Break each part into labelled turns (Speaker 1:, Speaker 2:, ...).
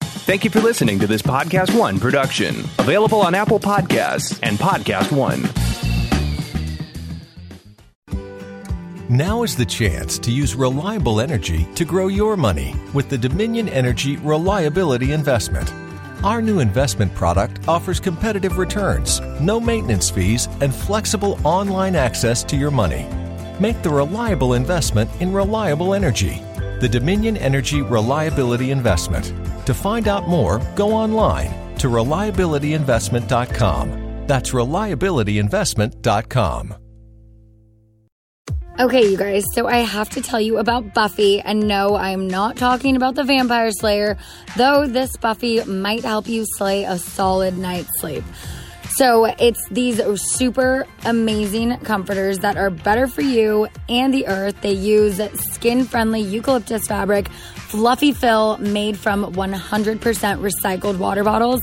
Speaker 1: Thank you for listening to this Podcast One production, available on Apple Podcasts and Podcast One.
Speaker 2: Now is the chance to use reliable energy to grow your money with the Dominion Energy Reliability Investment. Our new investment product offers competitive returns, no maintenance fees, and flexible online access to your money. Make the reliable investment in reliable energy. The Dominion Energy Reliability Investment. To find out more, go online to reliabilityinvestment.com. That's reliabilityinvestment.com.
Speaker 3: Okay, you guys, so I have to tell you about Buffy. And no, I'm not talking about the vampire slayer, though this Buffy might help you slay a solid night's sleep. So it's these super amazing comforters that are better for you and the earth. They use skin friendly eucalyptus fabric, fluffy fill made from 100% recycled water bottles.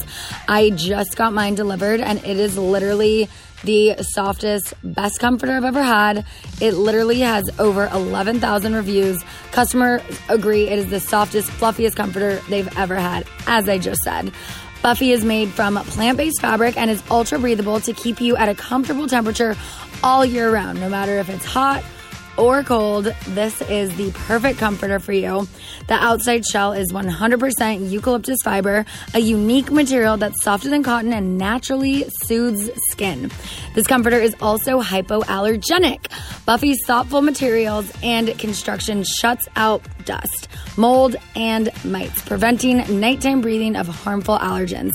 Speaker 3: I just got mine delivered and it is literally the softest, best comforter I've ever had. It literally has over 11,000 reviews. Customers agree it is the softest, fluffiest comforter they've ever had, as I just said. Buffy is made from plant based fabric and is ultra breathable to keep you at a comfortable temperature all year round, no matter if it's hot or cold, this is the perfect comforter for you. The outside shell is 100% eucalyptus fiber, a unique material that's softer than cotton and naturally soothes skin. This comforter is also hypoallergenic. Buffy's thoughtful materials and construction shuts out dust, mold, and mites, preventing nighttime breathing of harmful allergens.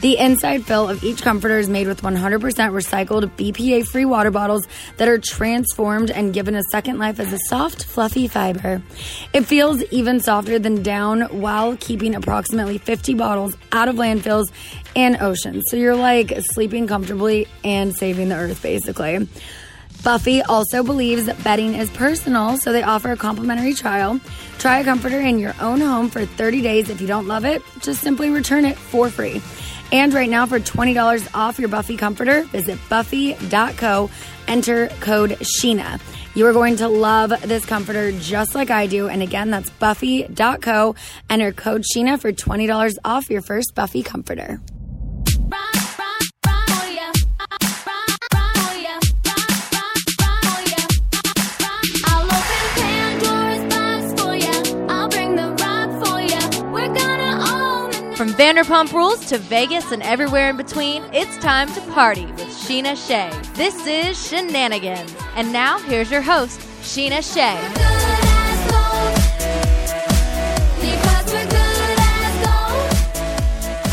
Speaker 3: The inside fill of each comforter is made with 100% recycled BPA free water bottles that are transformed and given a second life as a soft, fluffy fiber. It feels even softer than down while keeping approximately 50 bottles out of landfills and oceans. So you're like sleeping comfortably and saving the earth, basically. Buffy also believes that bedding is personal, so they offer a complimentary trial. Try a comforter in your own home for 30 days. If you don't love it, just simply return it for free. And right now, for $20 off your Buffy comforter, visit buffy.co, enter code Sheena. You are going to love this comforter just like I do. And again, that's buffy.co, enter code Sheena for $20 off your first Buffy comforter.
Speaker 4: From Vanderpump Rules to Vegas and everywhere in between, it's time to party with Sheena Shea. This is Shenanigans. And now, here's your host, Sheena Shea.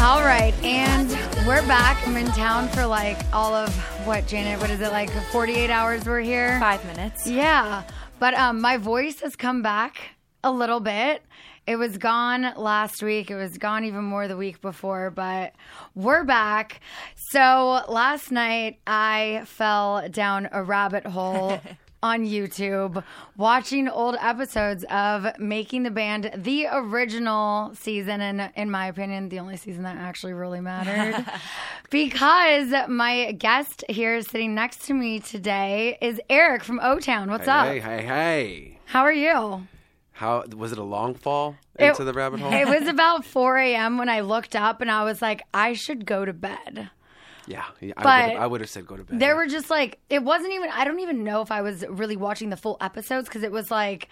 Speaker 3: All right, and we're back. I'm in town for like all of what, Janet? What is it like? 48 hours we're here.
Speaker 4: Five minutes.
Speaker 3: Yeah, but um, my voice has come back a little bit. It was gone last week. It was gone even more the week before, but we're back. So last night I fell down a rabbit hole on YouTube watching old episodes of Making the Band, the original season, and in my opinion, the only season that actually really mattered. because my guest here sitting next to me today is Eric from O Town. What's up?
Speaker 5: Hey, hey, hey.
Speaker 3: How are you?
Speaker 5: How was it a long fall
Speaker 3: It-
Speaker 5: into the rabbit hole?
Speaker 3: It was about 4 a.m. when I looked up and I was like, I should go to bed.
Speaker 5: yeah, yeah,
Speaker 3: but
Speaker 5: I would, have, I would have said go to bed.
Speaker 3: There were just like, it wasn't even, I don't even know if I was really watching the full episodes because it was like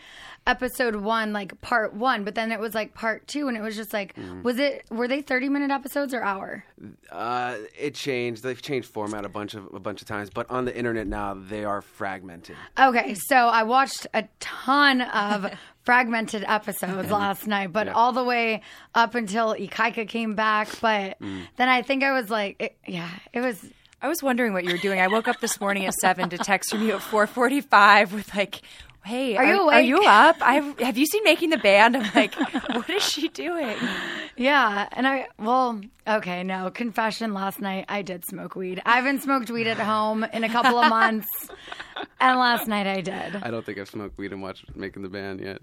Speaker 3: episode one, like part one, but then it was like part two. And it was just like,
Speaker 5: Mm.
Speaker 3: was it, were they 30 minute episodes or hour?
Speaker 5: uh, it changed. They've changed format a bunch of a bunch of times, but on the internet now they are fragmented.
Speaker 3: Okay. So I watched a ton of fragmented episodes last night, but all the way up until Ikaika came back. But
Speaker 5: Mm.
Speaker 3: then I think I was like, it, yeah, it was,
Speaker 6: I was wondering what you were doing. I woke up this morning at seven to text from you at four forty-five with like, "Hey,
Speaker 3: Are you
Speaker 6: Are you
Speaker 3: awake?"
Speaker 6: up? I have you seen Making the Band?" I'm like, "What is she doing?"
Speaker 3: Yeah, and I well, okay, no confession. Last night I did smoke weed. I haven't smoked weed at home in a couple of months, and last night I did.
Speaker 5: I don't think I've smoked weed and watched Making the Band yet.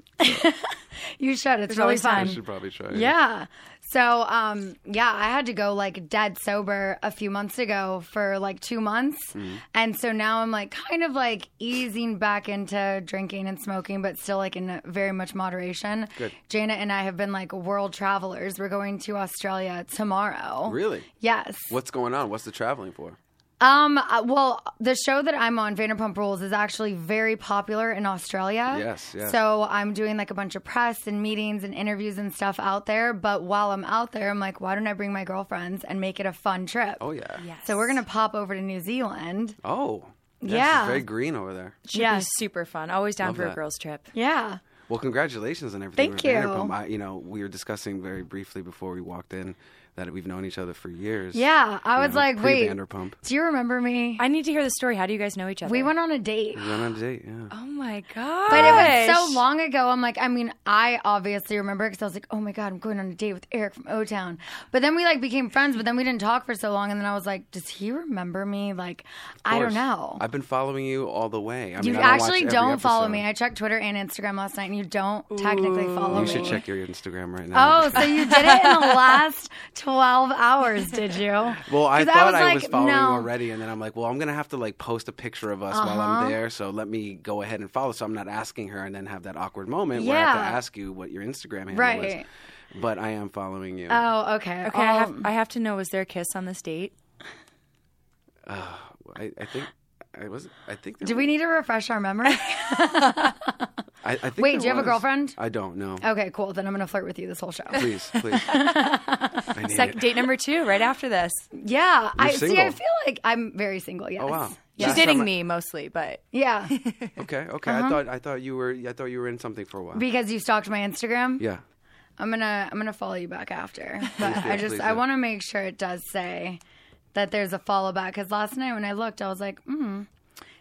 Speaker 3: You should. It's really
Speaker 6: always time.
Speaker 5: I
Speaker 3: fun.
Speaker 5: should probably try. it.
Speaker 3: Yeah. So, um, yeah, I had to go like dead sober a few months ago for like two months. And so now I'm like kind of like easing back into drinking and smoking, but still like in very much moderation. Good. Jana and I have been like world travelers. We're going to Australia tomorrow.
Speaker 5: Really?
Speaker 3: Yes.
Speaker 5: What's going on? What's the traveling for?
Speaker 3: Um. uh, Well, the show that I'm on, Vanderpump Rules, is actually very popular in Australia.
Speaker 5: Yes, yes.
Speaker 3: So I'm doing like a bunch of press and meetings and interviews and stuff out there. But while I'm out there, I'm like, why don't I bring my girlfriends and make it a fun trip?
Speaker 5: Oh yeah.
Speaker 3: So we're gonna pop over to New Zealand.
Speaker 5: Oh. Yes,
Speaker 3: Yeah.
Speaker 5: It's very green over there.
Speaker 6: Should
Speaker 3: Yes.
Speaker 6: be super fun. Always down
Speaker 5: Love
Speaker 6: for a
Speaker 5: that.
Speaker 6: girls' trip.
Speaker 3: Yeah.
Speaker 5: Well, congratulations on everything.
Speaker 3: Thank
Speaker 5: with
Speaker 3: you.
Speaker 5: Vanderpump. I, you know, we were discussing very briefly before we walked in that we've known each other for years.
Speaker 3: Yeah. I
Speaker 5: You
Speaker 3: was
Speaker 5: know,
Speaker 3: like,
Speaker 5: pre-
Speaker 3: wait,
Speaker 5: Vanderpump.
Speaker 3: do you remember me?
Speaker 6: I need to hear the story. How do you guys know each other?
Speaker 3: we went on a date.
Speaker 5: We went on a date. Yeah.
Speaker 6: Oh my god!
Speaker 3: But it was so long ago. I'm like, I mean, I obviously remember because I was like, oh my god, I'm going on a date with Eric from O Town. But then we like became friends, but then we didn't talk for so long. And then I was like, does he remember me? Like, I don't
Speaker 5: course.
Speaker 3: know.
Speaker 5: I've been following you all the way. I
Speaker 3: you
Speaker 5: mean, I don't watch
Speaker 3: actually
Speaker 5: every
Speaker 3: don't follow
Speaker 5: episode.
Speaker 3: me. I checked Twitter and Instagram last night, and you don't technically follow
Speaker 5: you
Speaker 3: me.
Speaker 5: should check your Instagram right now.
Speaker 3: Oh, so you did it in the last 12 hours, did you?
Speaker 5: Well, I
Speaker 3: 'Cause
Speaker 5: thought I was,
Speaker 3: like,
Speaker 5: following you
Speaker 3: no.
Speaker 5: already, and then I'm like, well, I'm gonna have to like post a picture of us while
Speaker 3: Uh-huh.
Speaker 5: I'm there, so let me go ahead and follow. So I'm not asking her, and then have that awkward moment where I have
Speaker 3: Yeah.
Speaker 5: to ask you what your Instagram handle
Speaker 3: Right.
Speaker 5: is. But I am following you.
Speaker 3: Oh, okay.
Speaker 6: Okay, I have
Speaker 3: Um,
Speaker 6: I have to know. Was there a kiss on this date?
Speaker 5: I, I think I was. I think. There
Speaker 3: do we need to refresh our memory?
Speaker 5: I, I think
Speaker 3: Wait,
Speaker 5: there
Speaker 3: do you have a
Speaker 5: was.
Speaker 3: girlfriend? Oh.
Speaker 5: I don't know.
Speaker 3: okay, cool. Then I'm going to flirt with you this whole show.
Speaker 5: Please, please. I need
Speaker 6: Sec-
Speaker 5: it.
Speaker 6: date number two, right after this.
Speaker 3: Yeah, I see. I
Speaker 5: single.
Speaker 3: feel like I'm very single. Yes.
Speaker 5: Oh wow.
Speaker 6: She's
Speaker 5: Last
Speaker 6: dating
Speaker 5: time I-
Speaker 6: me mostly, but
Speaker 3: Yeah,
Speaker 5: Okay, okay.
Speaker 3: Uh-huh.
Speaker 5: I thought I thought you were I thought you were in something for a while.
Speaker 3: because you stalked my Instagram.
Speaker 5: yeah.
Speaker 3: I'm gonna I'm gonna follow you back after. But
Speaker 5: do,
Speaker 3: I just
Speaker 5: please
Speaker 3: I
Speaker 5: do.
Speaker 3: want to make sure it does say that there's a follow back. Because last night when I looked, I was like, hmm.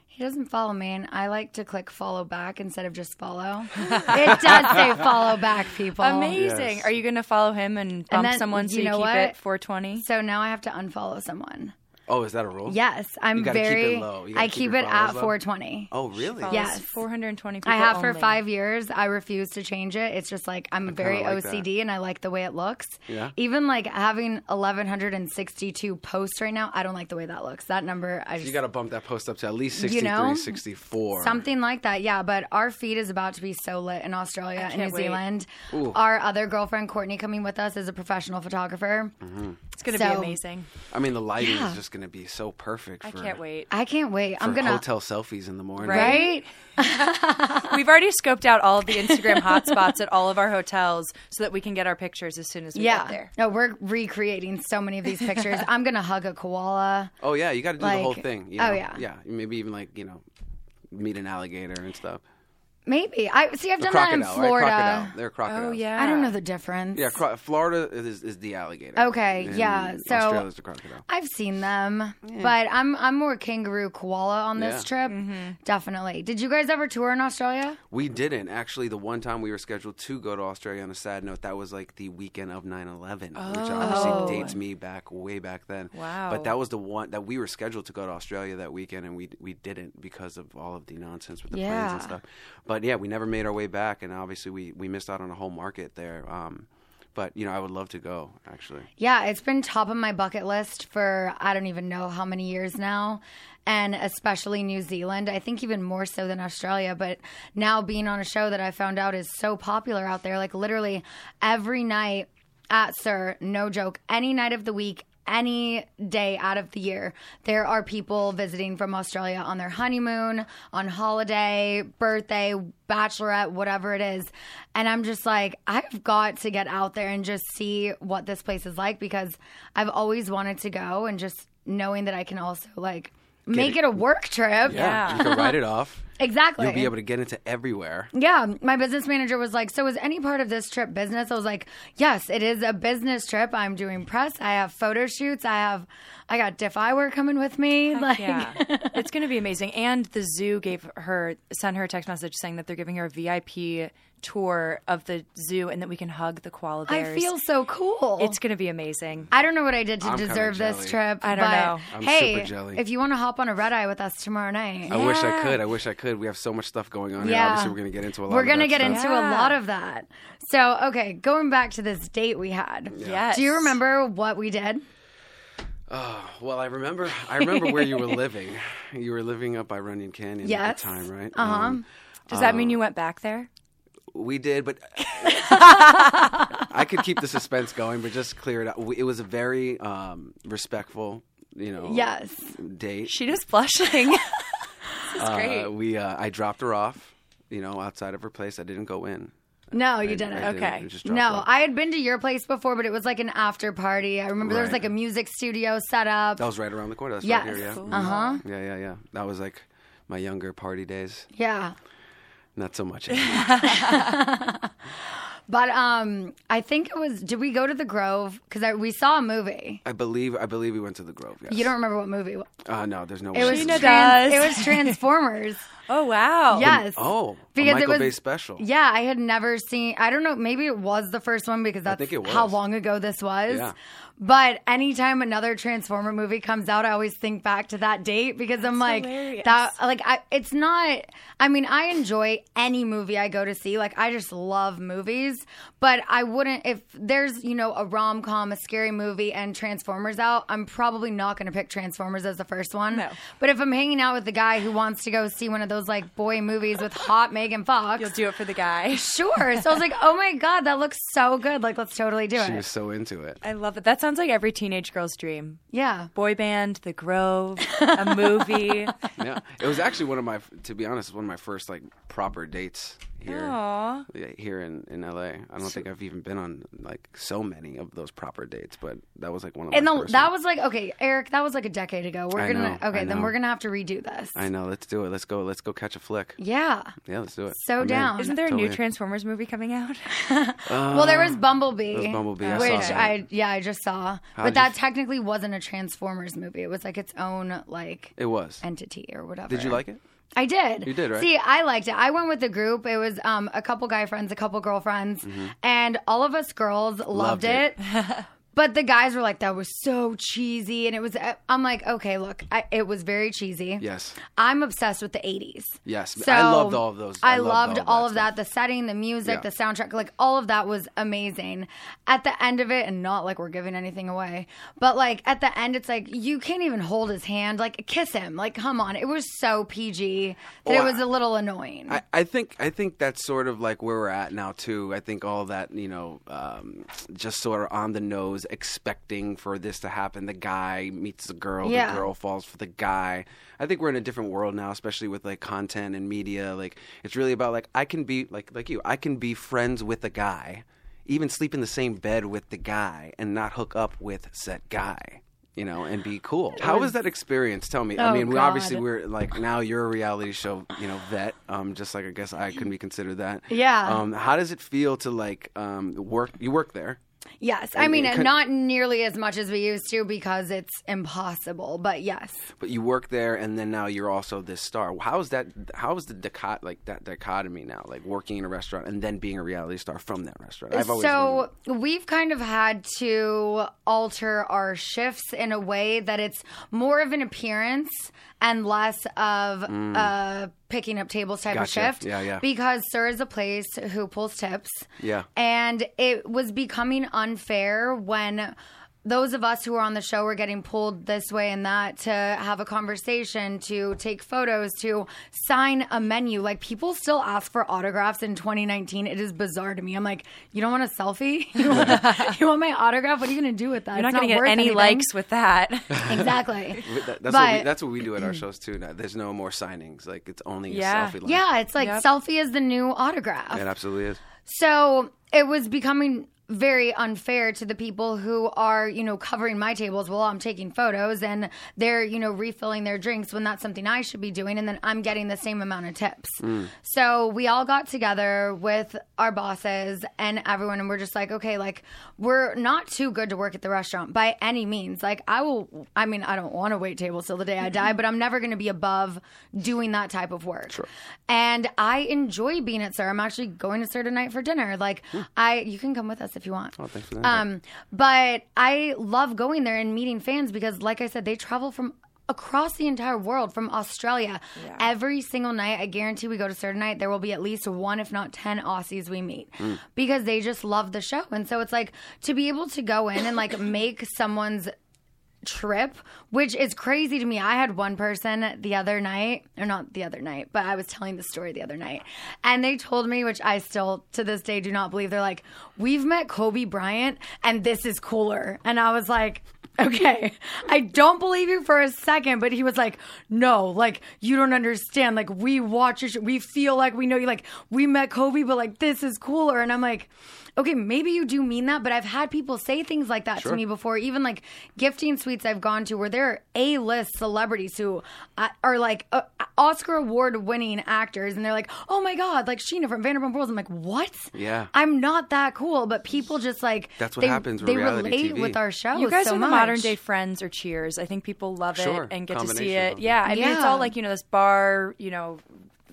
Speaker 3: He doesn't follow me, and I like to click follow back instead of just follow. it does say follow back, people.
Speaker 6: amazing.
Speaker 5: Yes.
Speaker 6: Are you going to follow him and bump
Speaker 3: then,
Speaker 6: someone so
Speaker 3: you
Speaker 6: you,
Speaker 3: know
Speaker 6: keep
Speaker 3: what?
Speaker 6: it 420?
Speaker 3: So now I have to unfollow someone.
Speaker 5: Oh, is that a rule?
Speaker 3: Yes, I'm
Speaker 5: You gotta keep it
Speaker 3: very.
Speaker 5: low. You gotta
Speaker 3: I
Speaker 5: keep
Speaker 3: keep
Speaker 5: your
Speaker 3: it at
Speaker 5: followers low.
Speaker 3: 420.
Speaker 5: Oh, really?
Speaker 6: Follows
Speaker 3: Yes.
Speaker 6: 420 people
Speaker 3: I have for
Speaker 6: only.
Speaker 3: five years. I refuse to change it. It's just like I'm very
Speaker 5: like that.
Speaker 3: OCD and I like the way it looks.
Speaker 5: Yeah.
Speaker 3: Even like having 1,162 posts right now, I don't like the way that looks. That number, I just.
Speaker 5: You got to bump that post up to at least
Speaker 3: You
Speaker 5: 63,
Speaker 3: know,
Speaker 5: 64.
Speaker 3: Something like that, yeah. But our feed is about to be so lit in Australia and New
Speaker 6: can't wait.
Speaker 3: Zealand. Our other girlfriend Courtney coming with us is a professional photographer.
Speaker 5: Mm-hmm.
Speaker 6: It's going to
Speaker 3: So-
Speaker 6: be amazing.
Speaker 5: I mean, the lighting is just going to be so perfect
Speaker 6: I
Speaker 5: for
Speaker 6: can't wait.
Speaker 3: I can't wait.
Speaker 5: for
Speaker 3: I'm gonna
Speaker 5: hotel selfies in the morning.
Speaker 3: right.
Speaker 6: We've already scoped out all of the Instagram hotspots at all of our hotels so that we can get our pictures as soon as we get
Speaker 3: Yeah.
Speaker 6: there.
Speaker 3: No, we're recreating so many of these pictures. I'm gonna hug a koala.
Speaker 5: Oh yeah, you got to do the whole
Speaker 3: Like-
Speaker 5: thing. You
Speaker 3: oh,
Speaker 5: know?
Speaker 3: yeah.
Speaker 5: Yeah, maybe even like, you know, meet an alligator and stuff.
Speaker 3: Maybe I see. I've
Speaker 5: The
Speaker 3: done that in
Speaker 5: crocodile,
Speaker 3: Florida.
Speaker 5: right? Crocodile. They're crocodiles.
Speaker 6: Oh, yeah.
Speaker 3: I don't know the difference.
Speaker 5: Yeah, cro- Florida is, is the alligator.
Speaker 3: Okay,
Speaker 5: and
Speaker 3: yeah, so-
Speaker 5: Australia's the crocodile.
Speaker 3: I've seen them, but I'm I'm more kangaroo koala on this trip. Definitely. Did you guys ever tour in Australia?
Speaker 5: We didn't actually. The one time we were scheduled to go to Australia on a sad note, that was like the weekend of 9/11, which
Speaker 3: Oh.
Speaker 5: obviously dates me back way back then.
Speaker 6: Wow.
Speaker 5: But that was the one that we were scheduled to go to Australia that weekend, and we we didn't because of all of the nonsense with the planes
Speaker 3: Yeah.
Speaker 5: and stuff. But yeah, we never made our way back, and obviously we we missed out on a whole market there. Um, but you know, I would love to go actually.
Speaker 3: Yeah, it's been top of my bucket list for I don't even know how many years now. And especially New Zealand, I think even more so than Australia. But now being on a show that I found out is so popular out there, like literally every night at Sir, no joke, any night of the week, any day out of the year, there are people visiting from Australia on their honeymoon, on holiday, birthday, bachelorette, whatever it is. And I'm just like, I've got to get out there and just see what this place is like because I've always wanted to go and just knowing that I can also like make it.
Speaker 5: it.
Speaker 3: a work trip.
Speaker 5: you can write it off.
Speaker 3: Exactly.
Speaker 5: You'll be able to get into everywhere.
Speaker 3: Yeah, my business manager was like, "So is any part of this trip business?" I was like, "Yes, it is a business trip. I'm doing press. I have photo shoots. I have, I got diff eyewear coming with me. like,
Speaker 6: Yeah, it's going to be amazing. And the zoo gave her sent her a text message saying that they're giving her a VIP tour of the zoo and that we can hug the koala
Speaker 3: I
Speaker 6: bears.
Speaker 3: feel so cool.
Speaker 6: it's going to be amazing.
Speaker 3: I don't know what I did to
Speaker 5: I'm kinda
Speaker 3: deserve this
Speaker 5: jelly.
Speaker 3: trip.
Speaker 6: I don't
Speaker 3: but
Speaker 6: know.
Speaker 5: I'm
Speaker 3: hey,
Speaker 5: super jelly.
Speaker 3: if you want to hop on a red eye with us tomorrow night,
Speaker 5: I wish I could. I wish I could. could. We have so much stuff going on here.
Speaker 3: Yeah.
Speaker 5: Obviously, we're going to get into a lot.
Speaker 3: We're
Speaker 5: of
Speaker 3: gonna
Speaker 5: that
Speaker 3: get
Speaker 5: stuff.
Speaker 3: into a lot of that. So, okay, going back to this date we had.
Speaker 6: Yes.
Speaker 3: Do you remember what we did?
Speaker 5: Well, I remember. I remember where you were living. You were living up by Runyon Canyon at
Speaker 3: Yes. Uh-huh.
Speaker 5: the time, right? Uh huh.
Speaker 6: Does that mean you went back there?
Speaker 5: we did, but I could keep the suspense going, but just clear it up. It was a very um, respectful, you know,
Speaker 3: Yes.
Speaker 5: date.
Speaker 6: She is blushing.
Speaker 5: Uh, we uh, I dropped her off, you know, outside of her place. I didn't go in.
Speaker 3: No,
Speaker 5: I-
Speaker 3: you didn't.
Speaker 5: I
Speaker 6: Okay.
Speaker 5: I just dropped her
Speaker 3: No,
Speaker 5: off.
Speaker 3: I had been to your place before, but it was like an after party. I remember there was
Speaker 5: Right. Oh.
Speaker 3: like a music studio set up.
Speaker 5: that was right around the corner. That's
Speaker 3: yes.
Speaker 5: right here. Yeah. Mhm.
Speaker 3: Uh huh.
Speaker 5: Yeah, yeah, yeah. That was like my younger party days.
Speaker 3: Yeah.
Speaker 5: Not so much. anymore.
Speaker 3: But um, I think it was. Did we go to the Grove? Because we saw a movie.
Speaker 5: I believe. I believe we went to the Grove. Yes.
Speaker 3: You don't remember what movie? It was,
Speaker 5: Uh, no, there's no.
Speaker 3: it
Speaker 5: way.
Speaker 3: was
Speaker 6: Sheena
Speaker 3: trans-
Speaker 6: does.
Speaker 3: It was Transformers.
Speaker 6: oh wow.
Speaker 3: yes.
Speaker 5: Oh,
Speaker 3: Because it
Speaker 5: a Michael
Speaker 3: was-
Speaker 5: Bay special.
Speaker 3: Yeah, I had never seen. I don't know. Maybe it was the first one because that's
Speaker 5: think it was.
Speaker 3: how long ago this was.
Speaker 5: Yeah.
Speaker 3: But anytime another Transformer movie comes out, I always think back to that date because I'm like
Speaker 6: hilarious.
Speaker 3: that. Like I, it's not. I mean, I enjoy any movie I go to see. Like I just love movies, but I wouldn't if there's you know a rom com, a scary movie, and Transformers out. I'm probably not going to pick Transformers as the first one.
Speaker 6: No.
Speaker 3: But if I'm hanging out with the guy who wants to go see one of those like boy movies with hot Megan Fox,
Speaker 6: You'll do it for the guy.
Speaker 3: sure. So I was like, oh my God, that looks so good. Like, let's totally do
Speaker 5: She
Speaker 3: it.
Speaker 5: was so into it.
Speaker 6: I love it. That sounds like every teenage girl's dream.
Speaker 3: Yeah.
Speaker 6: Boy band, The Grove, a movie.
Speaker 5: yeah, it was actually one of my, to be honest, one of my first like proper dates here,
Speaker 6: Aw.
Speaker 5: Yeah, here in in LA. I don't think I've even been on like so many of those proper dates, but that was like one of
Speaker 3: And
Speaker 5: my
Speaker 3: the,
Speaker 5: first
Speaker 3: that
Speaker 5: ones.
Speaker 3: was like, okay, Eric, that was like a decade ago. We're
Speaker 5: I
Speaker 3: gonna,
Speaker 5: know,
Speaker 3: okay,
Speaker 5: I
Speaker 3: then
Speaker 5: know.
Speaker 3: we're gonna have to redo this.
Speaker 5: I know. Let's do it. Let's go. Let's go catch a flick.
Speaker 3: Yeah.
Speaker 5: Yeah, let's do it.
Speaker 3: So
Speaker 5: I'm in.
Speaker 3: down.
Speaker 6: Isn't there a new
Speaker 5: Totally.
Speaker 6: Transformers movie coming out?
Speaker 3: Well, there was Bumblebee.
Speaker 5: Uh, There was Bumblebee. I
Speaker 3: which
Speaker 5: saw that.
Speaker 3: I, yeah, I just saw.
Speaker 5: did
Speaker 3: but
Speaker 5: you
Speaker 3: that
Speaker 5: f-
Speaker 3: technically wasn't a Transformers movie. It was like its own, like,
Speaker 5: It was.
Speaker 3: entity or whatever.
Speaker 5: Did you like it?
Speaker 3: I did.
Speaker 5: You did, right?
Speaker 3: See, I liked it. I went with the group. It was um, a couple guy friends, a couple girlfriends, and all of us girls loved,
Speaker 5: Mm-hmm.
Speaker 3: it.
Speaker 5: Loved it.
Speaker 3: but the guys were like, "That was so cheesy," and it was. uh, I'm like, okay, look, I, it was very cheesy.
Speaker 5: Yes.
Speaker 3: I'm obsessed with the 80s.
Speaker 5: Yes. I loved all of those.
Speaker 3: I,
Speaker 5: I
Speaker 3: loved,
Speaker 5: loved all
Speaker 3: all
Speaker 5: of
Speaker 3: of that. The setting, the music,
Speaker 5: Yeah.
Speaker 3: the soundtrack, like all of that was amazing. At the end of it, and not like we're giving anything away, but like at the end, it's like you can't even hold his hand, like kiss him, like come on. It was so PG that it
Speaker 5: Well,
Speaker 3: was a little annoying.
Speaker 5: I, I think I think that's sort of like where we're at now too. I think all that you know, um, just sort of on the nose, expecting for this to happen. The guy meets the girl,
Speaker 3: Yeah.
Speaker 5: the girl falls for the guy. I think we're in a different world now, especially with like content and media. Like it's really about like I can be like like you, I can be friends with a guy, even sleep in the same bed with the guy, and not hook up with said guy. You know, and be cool. How was that experience? Tell me. I
Speaker 3: Oh,
Speaker 5: mean, we obviously
Speaker 3: God.
Speaker 5: we're like now you're a reality show, you know, vet. Um, just like I guess I can be considered that.
Speaker 3: Yeah.
Speaker 5: Um, how does it feel to like um work? You work there.
Speaker 3: yes, I mean,
Speaker 5: it could-
Speaker 3: not nearly as much as we used to because it's impossible, but yes.
Speaker 5: But you work there, and then now you're also this star. How is that? How is the dicot like that dichotomy now? Like working in a restaurant and then being a reality star from that restaurant. I've always
Speaker 3: so
Speaker 5: wondered.
Speaker 3: we've kind of had to alter our shifts in a way that it's more of an appearance and less of a picking up tables type
Speaker 5: Mm. Gotcha.
Speaker 3: of shift.
Speaker 5: Yeah, yeah.
Speaker 3: Because Sir is a place who pulls tips.
Speaker 5: Yeah.
Speaker 3: And it was becoming unfair when those of us who are on the show were getting pulled this way and that to have a conversation, to take photos, to sign a menu. Like people still ask for autographs in 2019. It is bizarre to me. I'm like, you don't want a selfie? You want, you want my autograph? What are you going to do with that?
Speaker 6: You're not
Speaker 3: It's
Speaker 6: going to get
Speaker 3: worth
Speaker 6: any
Speaker 3: anything.
Speaker 6: likes with that.
Speaker 3: Exactly.
Speaker 5: But that- that's what we,
Speaker 3: but-
Speaker 5: that's what we do at our shows too. Now there's no more signings. Like it's only
Speaker 6: Yeah.
Speaker 5: a selfie. Line.
Speaker 3: yeah, it's like selfie is the new autograph.
Speaker 5: It absolutely is.
Speaker 3: So it was becoming very unfair to the people who are, you know, covering my tables while I'm taking photos and they're, you know, refilling their drinks when that's something I should be doing. And then I'm getting the same amount of tips. So we all got together with our bosses and everyone, and we're just like, okay, like, we're not too good to work at the restaurant by any means. Like, I will, I mean, I don't want to wait tables till the day I die, but I'm never going to be above doing that type of work. And I enjoy being at Sir. I'm actually going to Sir tonight for dinner. Like, I, you can come with us if you want. Oh,
Speaker 5: thanks for the invite.
Speaker 3: Um, but I love going there and meeting fans because, like I said, they travel from across the entire world from Australia. Every single night, I guarantee we go to certain night, there will be at least one, if not 10 Aussies we meet because they just love the show. And so it's like to be able to go in and like make someone's trip, which is crazy to me. I had one person the other night, or not the other night, but I was telling the story the other night, and they told me, which I still to this day do not believe, they're like, We've met Kobe Bryant, and this is cooler. And I was like, Okay, I don't believe you for a second, but he was like, no, like, you don't understand. Like, we watch your show. We feel like we know you. Like, we met Kobe, but like, this is cooler. And I'm like, okay, maybe you do mean that, but I've had people say things like that to me before. Even like gifting suites I've gone to where there are A list celebrities who uh, are like uh, Oscar award winning actors, and they're like, oh my God, like Sheena from Vanderpump Rules. I'm like, what?
Speaker 5: Yeah.
Speaker 3: I'm not that cool, but people just like,
Speaker 5: That's what
Speaker 3: they,
Speaker 5: happens with
Speaker 3: They
Speaker 5: reality
Speaker 3: relate
Speaker 5: TV.
Speaker 3: with our show.
Speaker 6: You guys
Speaker 3: so
Speaker 6: are the
Speaker 3: much.
Speaker 6: modern day friends or cheers. I think people love
Speaker 5: Sure.
Speaker 6: it and get to see
Speaker 5: Combination of
Speaker 6: it.
Speaker 5: them.
Speaker 6: Yeah, I mean it's
Speaker 3: Yeah.
Speaker 6: all like you know this bar, you know,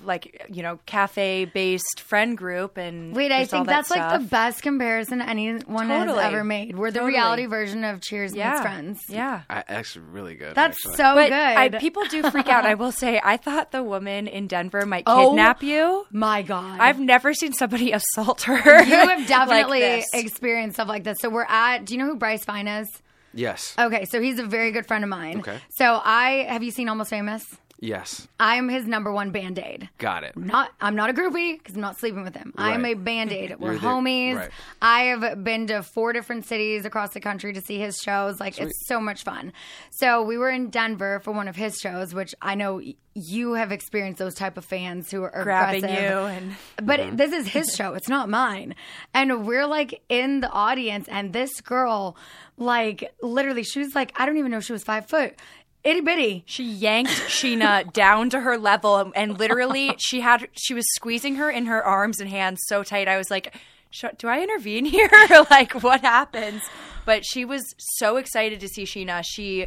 Speaker 6: like you know cafe based friend group and
Speaker 3: Wait, I
Speaker 6: just all
Speaker 3: think
Speaker 6: that
Speaker 3: that's like the
Speaker 6: stuff.
Speaker 3: best comparison anyone
Speaker 6: Totally.
Speaker 3: has ever made. We're the
Speaker 6: Totally.
Speaker 3: reality version of Cheers and
Speaker 6: yeah
Speaker 3: Its Friends.
Speaker 6: Yeah. Oh,
Speaker 5: I, that's really good.
Speaker 3: That's
Speaker 5: actually.
Speaker 3: so
Speaker 6: But
Speaker 3: good.
Speaker 6: I, people do freak out. I will say, I thought the woman in Denver might
Speaker 3: Oh.
Speaker 6: kidnap you.
Speaker 3: My God.
Speaker 6: I've never seen somebody assault her.
Speaker 3: you have definitely
Speaker 6: like this.
Speaker 3: experienced stuff like this. So we're at. Do you know who Bryce Fine is?
Speaker 5: Yes.
Speaker 3: Okay, so he's a very good friend of mine.
Speaker 5: Okay.
Speaker 3: So I have you seen Almost Famous?
Speaker 5: yes.
Speaker 3: I'm his number one band aid.
Speaker 5: Got it.
Speaker 3: Not I'm not a groupie because I'm not sleeping with him. I'm
Speaker 5: Right.
Speaker 3: a band aid. We're
Speaker 5: You're the-
Speaker 3: homies.
Speaker 5: right.
Speaker 3: I have been to four different cities across the country to see his shows. Like it's so much fun. So we were in Denver for one of his shows, which I know y- you have experienced those type of fans who are
Speaker 6: grabbing you
Speaker 3: aggressive
Speaker 6: and
Speaker 3: but
Speaker 5: Uh-huh.
Speaker 3: this is his show it's not mine and we're like in the audience and this girl like literally she was like i don't even know she was five foot itty bitty
Speaker 6: she yanked Sheena down to her level and, and literally she had she was squeezing her in her arms and hands so tight. I was like, "Sh- "Do I intervene here? like what happens?" But she was so excited to see Sheena. She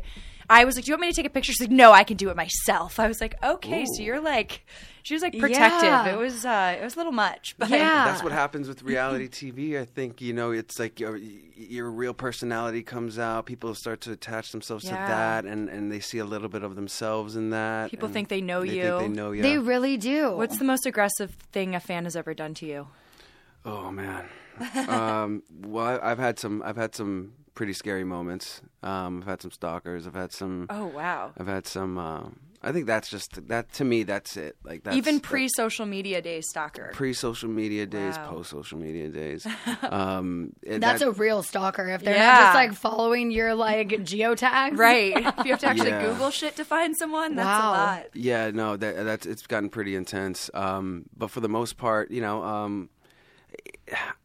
Speaker 6: I was like, "Do you want me to take a picture?" She's like, "No, I can do it myself." I was like, "Okay, so you're like she was like protective.
Speaker 3: Yeah.
Speaker 6: It was uh it was a little much, but
Speaker 3: yeah
Speaker 5: That's
Speaker 6: Ah.
Speaker 5: what happens with reality TV. I think you know it's like your your real personality comes out. People start to attach themselves
Speaker 6: Yeah.
Speaker 5: to that, and, and they see a little bit of themselves in that.
Speaker 6: People
Speaker 5: and
Speaker 6: think they know
Speaker 5: they
Speaker 6: you.
Speaker 5: Think they know you.
Speaker 3: they really do
Speaker 6: What's the most aggressive thing a fan has ever done to you?
Speaker 5: Oh man. um, well, I- I've had some. I've had some pretty scary moments. Um, I've had some stalkers. I've had some.
Speaker 6: Oh wow.
Speaker 5: I've had some. Um, I think that's just that. To me, that's it. Like that's
Speaker 6: Even pre social media day stalker.
Speaker 5: pre social media days,
Speaker 6: Wow.
Speaker 5: post social media days. Um, and
Speaker 3: that's
Speaker 5: that-
Speaker 3: a real stalker if they're
Speaker 6: Yeah.
Speaker 3: not just like following your like geotag
Speaker 6: Right. If you have to actually
Speaker 5: Yeah.
Speaker 6: Google shit to find someone, that's
Speaker 3: Wow.
Speaker 6: a lot.
Speaker 5: Yeah, no, that, that's it's gotten pretty intense. Um, but for the most part, you know, um,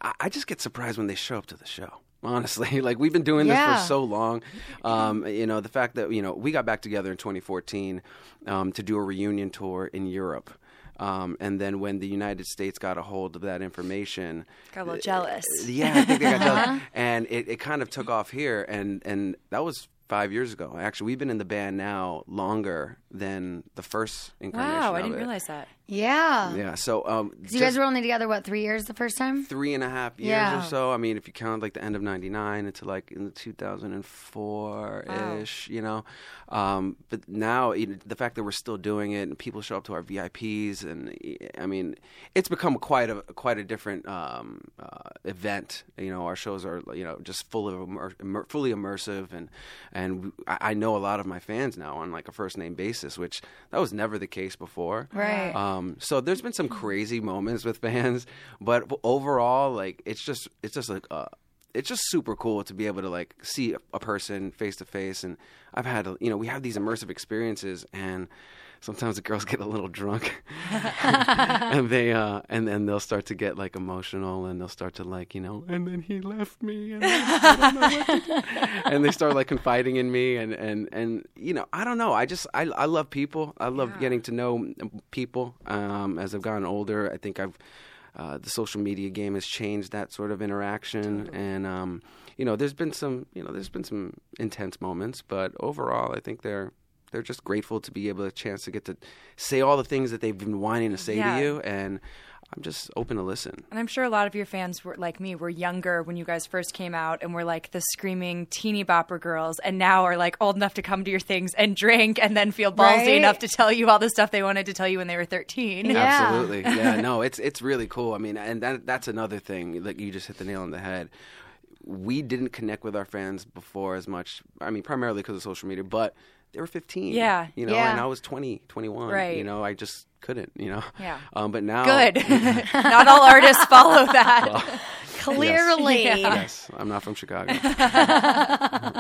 Speaker 5: I, I just get surprised when they show up to the show. Honestly, like we've been doing
Speaker 3: Yeah.
Speaker 5: this for so long, um, you know, the fact that you know we got back together in 2014 um, to do a reunion tour in Europe. Um, and then when the United States got a hold of that information,
Speaker 6: Got a little jealous.
Speaker 5: yeah, I think they got jealous. And it, it kind of took off here, and and that was five years ago. Actually, we've been in the band now longer than the first incarnation.
Speaker 6: Wow, I
Speaker 5: of
Speaker 6: didn't
Speaker 5: it.
Speaker 6: realize that.
Speaker 3: yeah
Speaker 5: Yeah, so um,
Speaker 3: so you
Speaker 5: just
Speaker 3: guys were only together what three years the first time
Speaker 5: three and a half years
Speaker 3: Yeah.
Speaker 5: or so. I mean, if you count like the end of '99 into like in the 2004 ish, you know. Um, but now you know, the fact that we're still doing it and people show up to our VIPs, and eh, I mean, it's become quite a quite a different um, uh, event. You know, our shows are you know just full of immer- immer- fully immersive, and and we- I I know a lot of my fans now on like a first name basis, which that was never the case before.
Speaker 3: Right.
Speaker 5: Um, so there's been some crazy moments with fans, but overall, like it's just it's just like uh, it's just super cool to be able to like see a, a person face to face. And I've had you know we have these immersive experiences, and sometimes the girls get a little drunk, and they uh, and then they'll start to get like emotional, and they'll start to like you know, and then he left me, and I don't know what to do." and they start like confiding in me and and and you know i don't know i just i, I love people i love getting to know people um, as i've gotten older i think i've uh, the social media game has changed that sort of interaction and um, you know there's been some you know there's been some intense moments but overall i think they're they're just grateful to be able a chance to get to say all the things that they've been wanting to say
Speaker 6: Yeah.
Speaker 5: to you and I'm just open to listen.
Speaker 6: And I'm sure a lot of your fans were like me, were younger when you guys first came out and were like the screaming teeny bopper girls and now are like old enough to come to your things and drink and then feel ballsy
Speaker 7: Right.
Speaker 6: enough to tell you all the stuff they wanted to tell you when they were 13.
Speaker 5: Absolutely. Yeah. No, it's it's really cool. I mean, and that that's another thing. Like you just hit the nail on the head. We didn't connect with our fans before as much. I mean, primarily because of social media, but they were 15.
Speaker 6: Yeah.
Speaker 5: You know,
Speaker 3: Yeah.
Speaker 5: and I was 20, 21.
Speaker 6: Right.
Speaker 5: You know, I just couldn't, you know.
Speaker 6: Yeah.
Speaker 5: Um, but now
Speaker 6: Good. Not all artists follow that.
Speaker 7: Clearly.
Speaker 5: yes, I'm not from Chicago.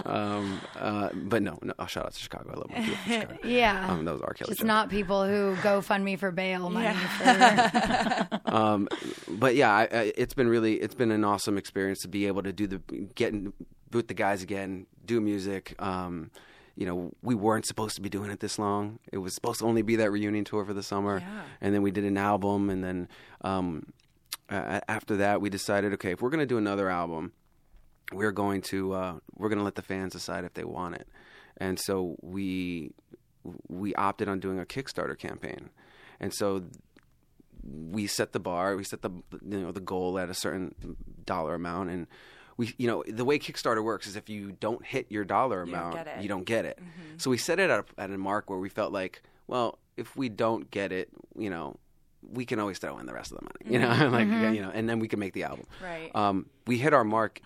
Speaker 5: um, uh, but no, no, oh, shout out to Chicago. I love my people from Chicago.
Speaker 3: Yeah.
Speaker 5: Um, that was R. Kelly.
Speaker 3: It's
Speaker 5: joke.
Speaker 3: not people who go fund me for bail money for
Speaker 5: um, but yeah, I, I, it's been really it's been an awesome experience to be able to do the get in, with the guys again, do music. Um, you know, we weren't supposed to be doing it this long. It was supposed to only be that reunion tour for the summer, and then we did an album, and then um, uh, after that, we decided, okay, if we're gonna do another album, we're going to uh, we're going to let the fans decide if they want it, and so we we opted on doing a Kickstarter campaign, and so we set the bar, we set the you know the goal at a certain dollar amount, and we you know the way Kickstarter works is if you don't hit your dollar amount,
Speaker 6: get it. Mm-hmm.
Speaker 5: you don't get it. So we set it at a, at a mark where we felt like, well, if we don't get it, you know. We can always throw in the rest of the money, you know, like you know, and then we can make the album.
Speaker 6: Mm-hmm. Right.
Speaker 5: Um, we hit our mark.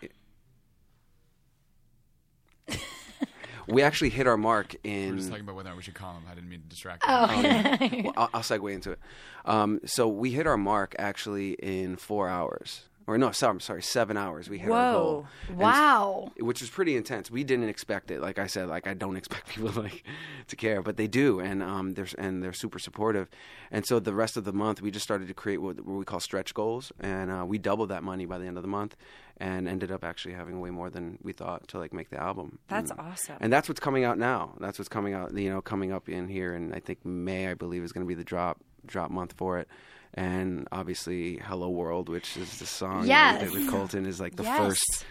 Speaker 5: we actually hit our mark
Speaker 8: We were just
Speaker 5: in.
Speaker 8: talking about whether or not we should call him. I didn't mean to distract you. Oh,
Speaker 5: Well, I'll, I'll segue into it. Um, so we hit our mark actually in four hours, or no, sorry, I'm sorry, seven hours. We hit our goal.
Speaker 3: real. wow.
Speaker 5: which was pretty intense. We didn't expect it. Like I said, like I don't expect people like to care, but they do, and um, they're and they're super supportive. And so the rest of the month, we just started to create what, what we call stretch goals, and uh, we doubled that money by the end of the month, and ended up actually having way more than we thought to like make the album.
Speaker 6: That's
Speaker 5: And-
Speaker 6: awesome.
Speaker 5: And that's what's coming out now. That's what's coming out. You know, coming up in here, and I think May, I believe, is going to be the drop drop month for it. And obviously, "Hello World," which is the song that we
Speaker 3: Yes.
Speaker 5: did with Colton, is like the
Speaker 6: Yes.
Speaker 5: first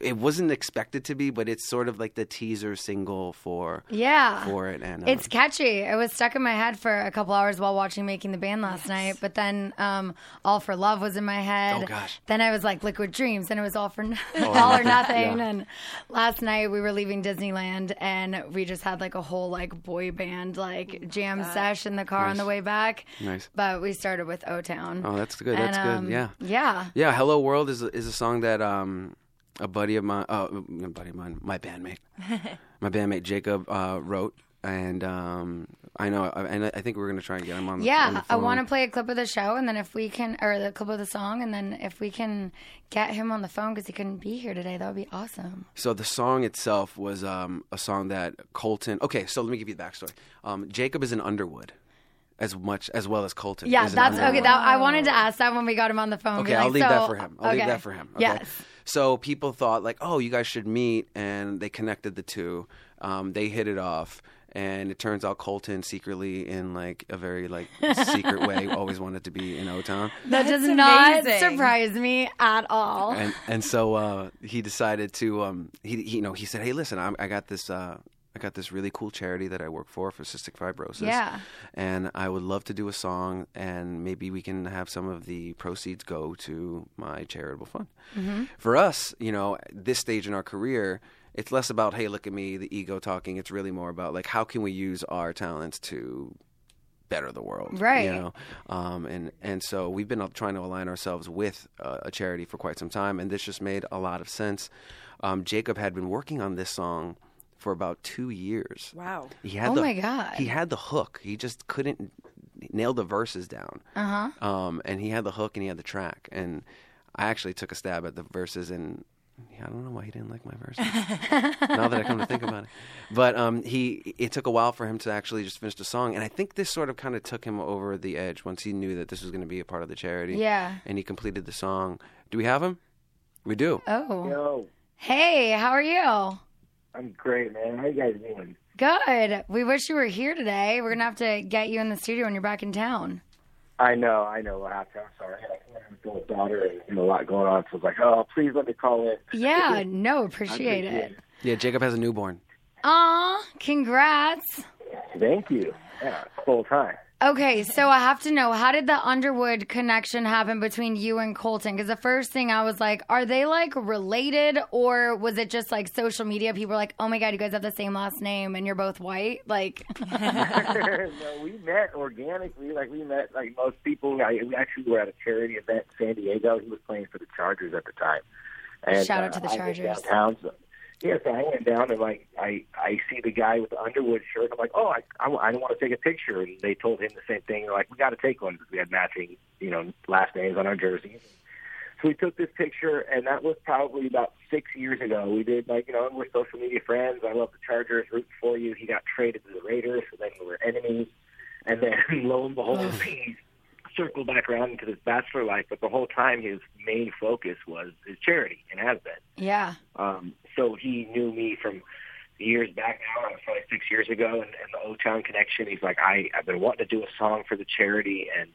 Speaker 5: it wasn't expected to be, but it's sort of like the teaser single for
Speaker 3: Yeah.
Speaker 5: for it, and uh,
Speaker 3: It's catchy. It was stuck in my head for a couple hours while watching Making the Band last night, but then um, All for Love was in my head.
Speaker 5: Oh, gosh. Oh,
Speaker 3: Then I was like Liquid Dreams, and it was All for All or Nothing. And last night we were leaving Disneyland, and we just had like a whole like boy band like jam sesh in the car on the way back.
Speaker 5: Oh, Nice.
Speaker 3: But we started with O Town.
Speaker 5: oh, that's good. That's
Speaker 3: And, um,
Speaker 5: good. Yeah,
Speaker 3: Yeah.
Speaker 5: yeah. "Hello World" is a- is a song that um a buddy of mine, uh, a buddy of mine, my bandmate, my bandmate Jacob uh, wrote, and um I know, and I think we're gonna try and get him on. The, on the
Speaker 3: Yeah, I
Speaker 5: phone.
Speaker 3: want to play a clip of the show, and then if we can, or the clip of the song, and then if we can get him on the phone because he couldn't be here today, that would be awesome.
Speaker 5: So the song itself was um, a song that Colton. Okay, so let me give you the backstory. Um, Jacob is an Underwood, as much as well as Colton.
Speaker 3: Yeah,
Speaker 5: is an
Speaker 3: that's okay.
Speaker 5: Underwood.
Speaker 3: That I wanted to ask that when we got him on the phone.
Speaker 5: Okay,
Speaker 3: be like,
Speaker 5: I'll leave
Speaker 3: so-
Speaker 5: that for him. I'll leave
Speaker 3: okay.
Speaker 5: that for him. Okay.
Speaker 3: Yes.
Speaker 5: So people thought like, oh, you guys should meet, and they connected the two. Um, they hit it off, and it turns out Colton secretly, in like a very like secret way, always wanted to be in O Town,
Speaker 3: That does not surprise me at all.
Speaker 5: and and so uh, he decided to um, he, he you know he said, hey, listen, I'm, I got this. Uh, I got this really cool charity that I work for for cystic fibrosis.
Speaker 3: Yeah.
Speaker 5: And I would love to do a song, and maybe we can have some of the proceeds go to my charitable fund. for us, you know, at this stage in our career, it's less about, hey, look at me, the ego talking. It's really more about, like, how can we use our talents to better the world?
Speaker 3: Right.
Speaker 5: You know? um, and, and so we've been trying to align ourselves with uh, a charity for quite some time, and this just made a lot of sense. Um, Jacob had been working on this song for about two years.
Speaker 6: Wow.
Speaker 5: He had
Speaker 3: Oh
Speaker 5: the,
Speaker 3: my God.
Speaker 5: He had the hook. He just couldn't nail the verses down. Uh
Speaker 3: Uh-huh.
Speaker 5: huh. Um, and he had the hook and he had the track. And I actually took a stab at the verses and. Yeah, I don't know why he didn't like my verses. now that I come to think about it, but um, he it took a while for him to actually just finish the song, and I think this sort of kind of took him over the edge once he knew that this was going to be a part of the charity.
Speaker 3: Yeah.
Speaker 5: and he completed the song. Do we have him? We do.
Speaker 3: Oh,
Speaker 9: Yo,
Speaker 3: hey, how are you?
Speaker 9: I'm great, man. How you guys doing?
Speaker 3: Good. We wish you were here today. We're gonna have to get you in the studio when you're back in town.
Speaker 9: I know, I know what happened. I'm sorry. I had a- an adult daughter and, and a lot going on, so I was like, oh, please let me call in.
Speaker 3: Yeah, no,
Speaker 9: I'm
Speaker 3: appreciate
Speaker 9: just
Speaker 3: it.
Speaker 5: Yeah, Jacob has a newborn.
Speaker 3: Aw, congrats.
Speaker 9: kidding. Thank you. Yeah, it's full time.
Speaker 3: Okay, so I have to know how did the Underwood connection happen between you and Colton? Because the first thing I was like, are they like related, or was it just like social media? People were like, oh my god, you guys have the same last name, and you're both white. Like,
Speaker 9: no, we met organically. Like we met like most people. I, we actually were at a charity event in San Diego. He was playing for the Chargers at the time. And, uh,
Speaker 3: Shout out to the
Speaker 9: I went
Speaker 3: Chargers.
Speaker 9: Downtown, so, yeah, so I went down and like I I see the guy with the Underwood shirt. I'm like, oh, I I, wa- I don't want to take a picture. And they told him the same thing. They're like, we got to take one because we had matching you know last names on our jerseys. So we took this picture, and that was probably about six years ago. We did like you know we're social media friends. I love the Chargers, root for you. He got traded to the Raiders, so then we were enemies. And then lo and behold, he circled back around into this bachelor life. But the whole time, his main focus was his charity, and has been.
Speaker 3: yeah,
Speaker 9: Um, so he knew me from years back now, uh, probably six years ago, and, and the O Town connection. He's like, I, I've been wanting to do a song for the charity, and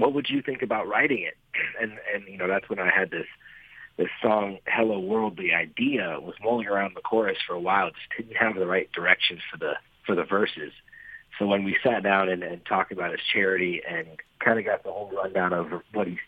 Speaker 9: what would you think about writing it? And and you know that's when I had this this song "Hello World." The idea was mulling around the chorus for a while. Just didn't have the right direction for the for the verses. So when we sat down and, and talked about his charity and kind of got the whole rundown of what he's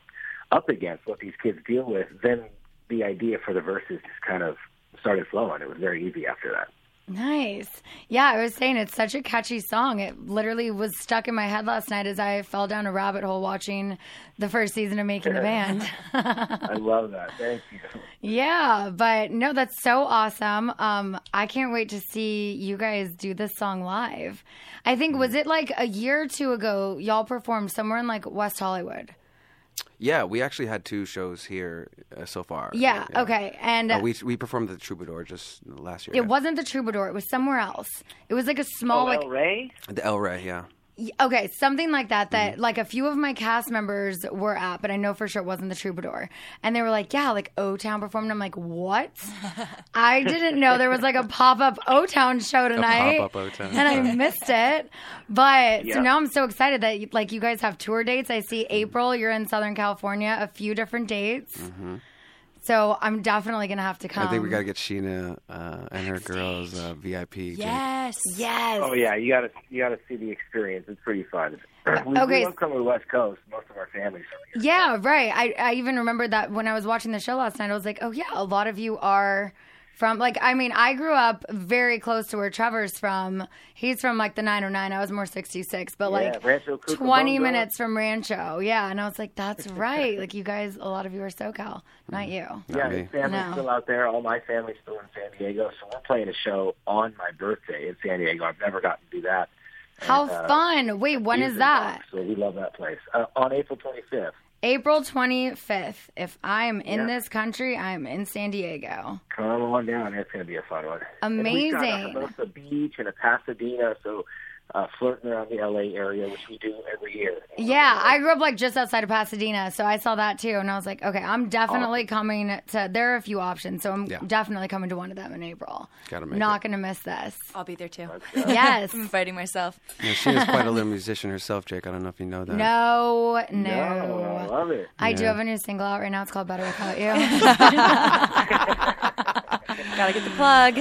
Speaker 9: up against, what these kids deal with, then the idea for the verses just kind of started flowing. It was very easy after that.
Speaker 3: nice. Yeah, I was saying it's such a catchy song. It literally was stuck in my head last night as I fell down a rabbit hole watching the first season of Making the Band.
Speaker 9: I love that. Thank you.
Speaker 3: Yeah, but no, that's so awesome. Um, I can't wait to see you guys do this song live. I think was it like a year or two ago y'all performed somewhere in like West Hollywood.
Speaker 5: Yeah, we actually had two shows here uh, so far.
Speaker 3: Yeah, okay. And
Speaker 5: Uh, we we performed the Troubadour just last year.
Speaker 3: it wasn't the Troubadour, it was somewhere else. It was like a small Oh, like
Speaker 9: Well, Ray,
Speaker 5: the El Rey. Yeah,
Speaker 3: okay, something like that that
Speaker 5: Mm.
Speaker 3: like a few of my cast members were at, but I know for sure it wasn't the Troubadour. And they were like, "Yeah, like O Town performed." I'm like, "What?" I didn't know there was like a pop-up O Town show tonight.
Speaker 5: pop-up O-Town
Speaker 3: And I
Speaker 5: show.
Speaker 3: missed it. But so
Speaker 9: Yeah.
Speaker 3: now I'm so excited that like you guys have tour dates. I see
Speaker 5: Mm-hmm.
Speaker 3: April, you're in Southern California, a few different dates. So I'm definitely going to have to come.
Speaker 5: Mm-hmm. I think we got to get Sheena uh, and her girls uh, VIP. Yeah.
Speaker 6: Yes.
Speaker 3: Yes.
Speaker 9: Oh yeah, you gotta you gotta see the experience. It's pretty fun. we,
Speaker 3: Uh, Okay.
Speaker 9: we love coming to the West Coast. Most of our families from here.
Speaker 3: Yeah, right. I, I even remember that when I was watching the show last night, I was like, oh, yeah, a lot of you are from, like, I mean, I grew up very close to where Trevor's from. He's from, like, the 909. I was more 66, but,
Speaker 9: Yeah,
Speaker 3: like,
Speaker 9: Rancho Cucamonga.
Speaker 3: 20 minutes from Rancho. Yeah. And I was like, that's right. like, you guys, a lot of you are SoCal, not you.
Speaker 9: Yeah,
Speaker 5: me.
Speaker 9: his family's
Speaker 3: No.
Speaker 9: still out there. All my family's still in San Diego, so we're playing a show on my birthday in San Diego. I've never gotten to do that.
Speaker 3: How
Speaker 9: And, uh,
Speaker 3: fun. Wait, when
Speaker 9: years
Speaker 3: is
Speaker 9: ago,
Speaker 3: that?
Speaker 9: So we love that place. Uh, on April 25th.
Speaker 3: April 25th. If I am in
Speaker 9: Yeah.
Speaker 3: this country, I am in San Diego.
Speaker 9: Come on down. It's going to be a fun one. And we've got
Speaker 3: Amazing.
Speaker 9: a Hermosa Beach and a Pasadena, so uh, flirting around the LA area, which we do every year.
Speaker 3: Yeah, I grew up like just outside of Pasadena, so I saw that too, and I was like, okay, I'm definitely coming to. There are a few options, so I'm
Speaker 5: Yeah.
Speaker 3: definitely coming to one of them in April.
Speaker 5: Gotta make
Speaker 3: Not
Speaker 5: it.
Speaker 3: gonna miss this.
Speaker 6: I'll be there too.
Speaker 3: Yes.
Speaker 6: I'm inviting myself.
Speaker 5: Sheena's quite a little musician herself, Jake. I don't know if you know that.
Speaker 3: No, no.
Speaker 9: No, Oh, I love it.
Speaker 3: I do have a new single out right now. It's called Better Without You.
Speaker 6: Gotta get the plug.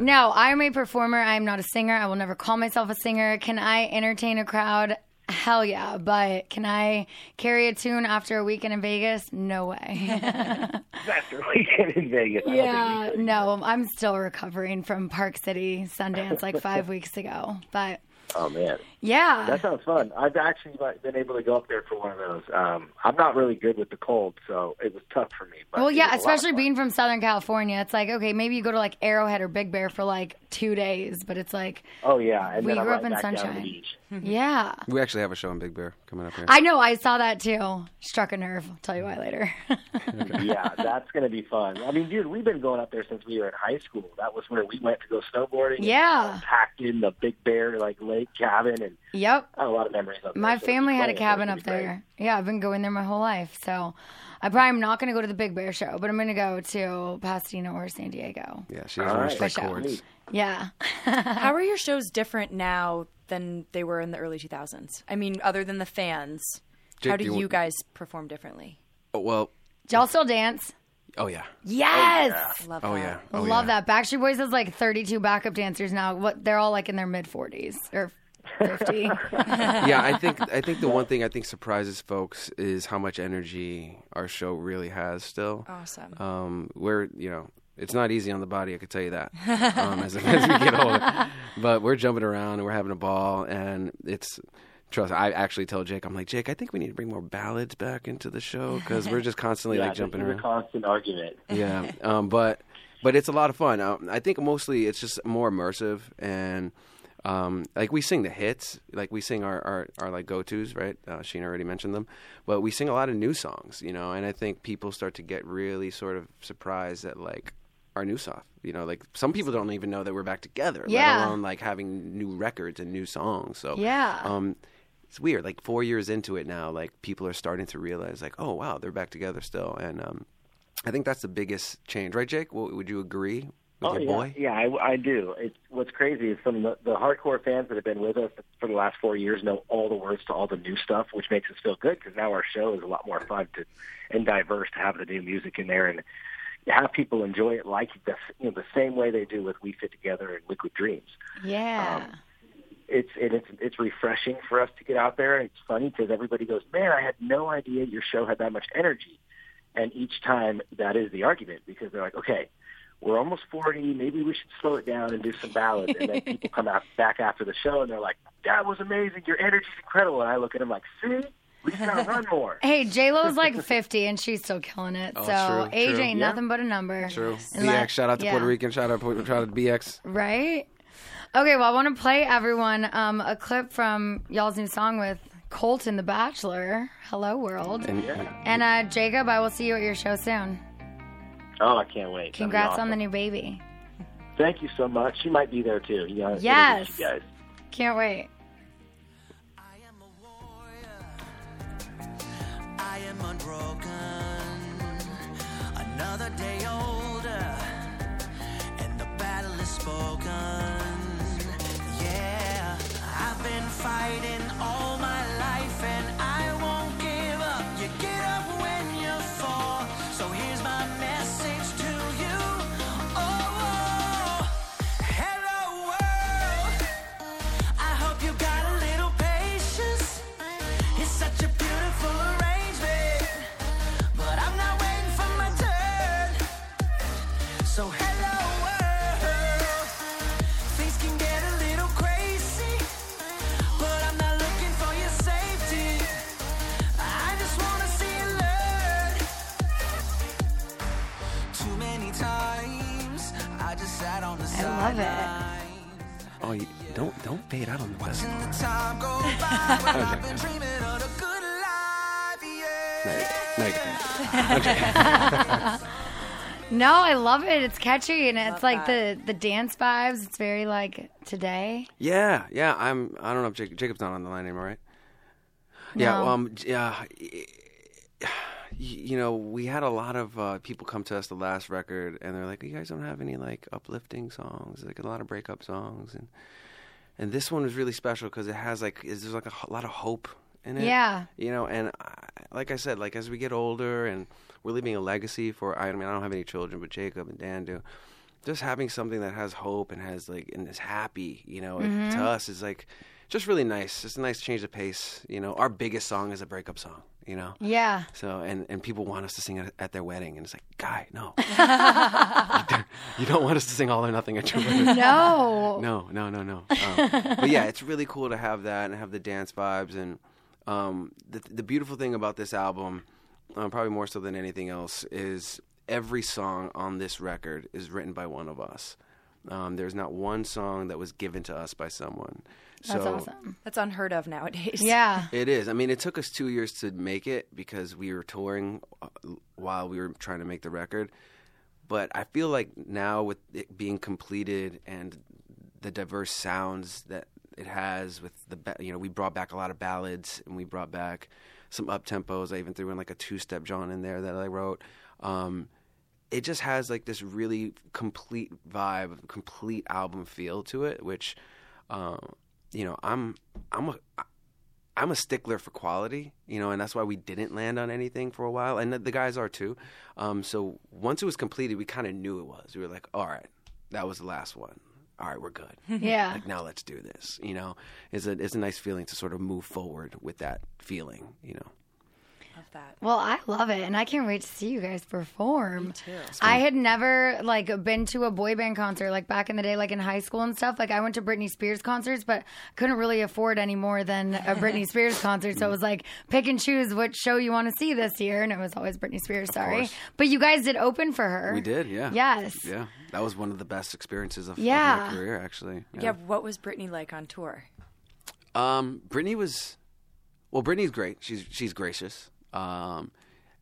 Speaker 3: no, I'm a performer. I am not a singer. I will never call myself a singer. Can I entertain a crowd? Hell yeah. But can I carry a tune after a weekend in Vegas? No way.
Speaker 9: After weekend in Vegas. I don't think
Speaker 3: Yeah, no, I'm still recovering from Park City Sundance like five weeks ago. But
Speaker 9: we- Oh, man.
Speaker 3: yeah,
Speaker 9: That sounds fun. I've actually like, been able to go up there for one of those. Um, I'm not really good with the cold, so it was tough for me. But
Speaker 3: well,
Speaker 9: it
Speaker 3: yeah,
Speaker 9: was a lot of
Speaker 3: especially
Speaker 9: fun.
Speaker 3: being from Southern California, it's like okay, maybe you go to like Arrowhead or Big Bear for like two days, but it's like
Speaker 9: Oh, yeah. And
Speaker 3: we
Speaker 9: then I'm
Speaker 3: grew up
Speaker 9: right
Speaker 3: in
Speaker 9: back down to the
Speaker 3: sunshine.
Speaker 9: beach.
Speaker 3: yeah,
Speaker 5: We actually have a show in Big Bear coming up here.
Speaker 3: I know, I saw that too. Struck a nerve. I'll tell you why later.
Speaker 9: yeah, that's going to be fun. I mean, dude, we've been going up there since we were in high school. That was where we went to go snowboarding. uh,
Speaker 3: Yeah.
Speaker 9: Packed in the Big Bear, like, lake cabin. And
Speaker 3: yep,
Speaker 9: I have a lot of memories up there.
Speaker 3: my
Speaker 9: so
Speaker 3: family had a
Speaker 9: it's gonna be
Speaker 3: cabin up
Speaker 9: great.
Speaker 3: there. Yeah, I've been going there my whole life, so. I probably am not going to go to the Big Bear show, but I'm going to go to Pasadena or San Diego.
Speaker 5: yeah, she doesn't
Speaker 9: All
Speaker 5: right.
Speaker 9: right.
Speaker 5: like
Speaker 3: For sure.
Speaker 5: chords.
Speaker 3: Yeah.
Speaker 6: How are your shows different now than they were in the early 2000s? I mean, other than the fans,
Speaker 5: Jake,
Speaker 6: how
Speaker 5: do
Speaker 6: do
Speaker 5: you
Speaker 6: you
Speaker 5: want-
Speaker 6: guys perform differently?
Speaker 5: Oh, well,
Speaker 3: Do y'all still dance?
Speaker 5: oh yeah,
Speaker 3: Yes.
Speaker 6: Love
Speaker 5: oh
Speaker 6: that.
Speaker 5: yeah, oh,
Speaker 3: Love
Speaker 5: yeah.
Speaker 3: that. Backstreet Boys has like 32 backup dancers now. What they're all like in their mid 40s or 50.
Speaker 5: yeah, I think I think the one thing I think surprises folks is how much energy our show really has still.
Speaker 6: Awesome.
Speaker 5: Um, we're you know it's not easy on the body, I can tell you that. Um, as, as we get older, but we're jumping around and we're having a ball, and it's trust. I actually tell Jake, I'm like Jake, I think we need to bring more ballads back into the show because we're just constantly
Speaker 9: yeah,
Speaker 5: like jumping
Speaker 9: this is
Speaker 5: around.
Speaker 9: a constant argument.
Speaker 5: yeah um, but but it's a lot of fun um, i think mostly it's just more immersive and um, like we sing the hits like we sing our, our, our like go-to's right uh, sheena already mentioned them but we sing a lot of new songs you know and i think people start to get really sort of surprised at like our new stuff you know like some people don't even know that we're back together
Speaker 3: Yeah.
Speaker 5: let alone like having new records and new songs so
Speaker 3: Yeah.
Speaker 5: um, it's weird. Like four years into it now, like people are starting to realize, like, oh wow, they're back together still, and um, I think that's the biggest change, right, Jake? W- would you agree with your
Speaker 9: Oh, yeah.
Speaker 5: boy?
Speaker 9: Yeah, I, I do. It's what's crazy is some of the, the hardcore fans that have been with us for the last four years know all the words to all the new stuff, which makes us feel good because now our show is a lot more fun to and diverse to have the new music in there and have people enjoy it like the you know the same way they do with We Fit Together and Liquid Dreams.
Speaker 3: Yeah.
Speaker 5: Um,
Speaker 9: It's and it's it's refreshing for us to get out there. It's funny because everybody goes, "Man, I had no idea your show had that much energy." And each time that is the argument because they're like, okay, we're almost 40. Maybe we should slow it down and do some ballads. And then people come out back after the show and they're like, that was amazing. Your energy's incredible. And I look at them like, see, we just gotta run more.
Speaker 3: Hey, J Lo's like 50 and she's still killing it. so
Speaker 5: Oh, true,
Speaker 3: age
Speaker 5: true.
Speaker 3: ain't
Speaker 5: Yeah.
Speaker 3: nothing but a number.
Speaker 5: True.
Speaker 3: And
Speaker 5: BX,
Speaker 3: like-
Speaker 5: shout out to
Speaker 3: yeah.
Speaker 5: Puerto Rican, shout out Puerto, shout out to BX.
Speaker 3: Right? Okay, well, I want to play everyone um, a clip from y'all's new song with Colton the Bachelor, Hello World.
Speaker 5: And
Speaker 3: And uh, Jacob, I will see you at your show soon.
Speaker 9: Oh, I can't wait. That'd be
Speaker 3: Congrats on
Speaker 9: awesome.
Speaker 3: the new baby.
Speaker 9: Thank you so much. You might be there too. You know, it's
Speaker 3: Yes.
Speaker 9: gonna be you guys.
Speaker 3: Can't wait.
Speaker 10: I am unbroken. Another day older, and the battle is spoken. Yeah, I've been fighting all my life, and I won't give up. You get up when you fall. So here's my message to you. Oh, hello world. I hope you got a little patience. It's such a beautiful arrangement, but I'm not waiting for my turn. So hello world, things can get a little crazy, but I'm not looking for your safety. I just wanna see you learn. Too many times I just sat on the
Speaker 3: I love it.
Speaker 10: sidelines.
Speaker 5: oh, you, don't don't fade out on the best.
Speaker 10: Watching the time go by when I've been dreaming of the good life, yeah.
Speaker 3: No, I love it. It's catchy and it's like the, the dance vibes. It's very like today.
Speaker 5: Yeah, yeah. I'm. I don't know if Jacob, Jacob's not on the line anymore, right? Yeah.
Speaker 3: No.
Speaker 5: well, Um. Yeah. y- You know, we had a lot of uh, people come to us the last record, and they're like, "You guys don't have any like uplifting songs, like a lot of breakup songs," and and this one was really special because it has like is there's like a h- lot of hope in it.
Speaker 3: Yeah.
Speaker 5: You know, and I, like I said, like as we get older and we're leaving a legacy for I mean I don't have any children, but Jacob and Dan do. Just having something that has hope and has like and is happy, you know, it- to us is like just really nice. It's a nice change of pace. You know, our biggest song is a breakup song. You know.
Speaker 3: Yeah.
Speaker 5: So and and people want us to sing it at their wedding, and it's like, guy, no, you don't want us to sing all or nothing at your wedding.
Speaker 3: No.
Speaker 5: No, no, no, no. Um, but yeah, it's really cool to have that and have the dance vibes. And um, the, the beautiful thing about this album, um, probably more so than anything else, is every song on this record is written by one of us. Um, there's not one song that was given to us by someone.
Speaker 3: That's
Speaker 5: so
Speaker 3: awesome.
Speaker 6: That's unheard of nowadays.
Speaker 3: Yeah.
Speaker 5: it is. I mean, it took us two years to make it because we were touring uh, while we were trying to make the record. But I feel like now with it being completed and the diverse sounds that it has, with the ba- you know, we brought back a lot of ballads and we brought back some up tempos. I even threw in like a two step John in there that I wrote. Um, it just has like this really complete vibe, complete album feel to it, which, um, you know, I'm I'm a I'm a stickler for quality, you know, and that's why we didn't land on anything for a while, and the guys are too. Um, so once it was completed, we kind of knew it was. We were like, all right, that was the last one. all right, we're good.
Speaker 3: Yeah.
Speaker 5: Like now let's do this. You know, is a is a nice feeling to sort of move forward with that feeling. You know.
Speaker 3: Well, I love it, and I can't wait to see you guys perform. I had never like been to a boy band concert like back in the day, like in high school and stuff. Like I went to Britney Spears concerts, but couldn't really afford any more than a Britney Spears concert. So it was like pick and choose what show you want to see this year, and it was always Britney Spears. Sorry,
Speaker 5: course.
Speaker 3: but you guys did open for her.
Speaker 5: We did, yeah.
Speaker 3: Yes.
Speaker 5: Yeah. That was one of the best experiences of, of
Speaker 3: Yeah.
Speaker 5: my career, actually.
Speaker 6: Yeah, what was Brittany like on tour?
Speaker 5: Um, Brittany was, well, Brittany's great. She's she's gracious. Um,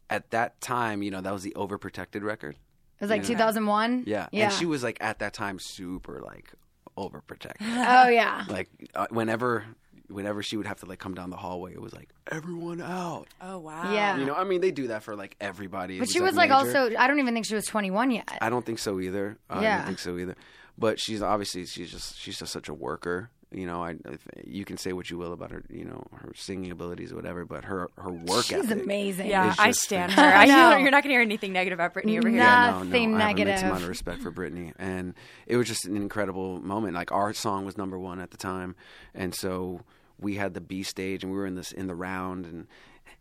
Speaker 5: at that time, you know, that was the overprotected record.
Speaker 3: It was like 2001.
Speaker 5: Yeah.
Speaker 3: Yeah.
Speaker 5: And she was like at that time super like overprotective.
Speaker 3: oh yeah.
Speaker 5: like uh, whenever whenever she would have to like come down the hallway, it was like everyone out.
Speaker 6: Oh wow.
Speaker 3: Yeah.
Speaker 5: You know, I mean, they do that for like everybody. It
Speaker 3: Ah. But she was like
Speaker 5: major.
Speaker 3: also I don't even think she was 21 yet.
Speaker 5: I don't think so either. I
Speaker 3: Yeah.
Speaker 5: don't think so either. But she's obviously she's just she's just such a worker. You know, I if, you can say what you will about her, you know, her singing abilities or whatever, but her her work
Speaker 3: She's
Speaker 5: ethic.
Speaker 3: amazing.
Speaker 6: Yeah,
Speaker 5: It's
Speaker 6: I
Speaker 5: just
Speaker 6: stand
Speaker 5: fantastic.
Speaker 6: her. I
Speaker 3: No.
Speaker 6: know you're not going to hear anything negative about Brittany over here.
Speaker 5: Yeah, no,
Speaker 3: Nothing
Speaker 5: no, I have a mixed
Speaker 3: negative.
Speaker 5: amount of respect for Britney, and it was just an incredible moment. Like our song was number one at the time, and so we had the B stage, and we were in this in the round, and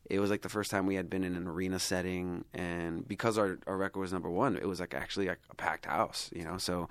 Speaker 5: it was like the first time we had been in an arena setting, and because our our record was number one, it was like actually like a packed house, you know. So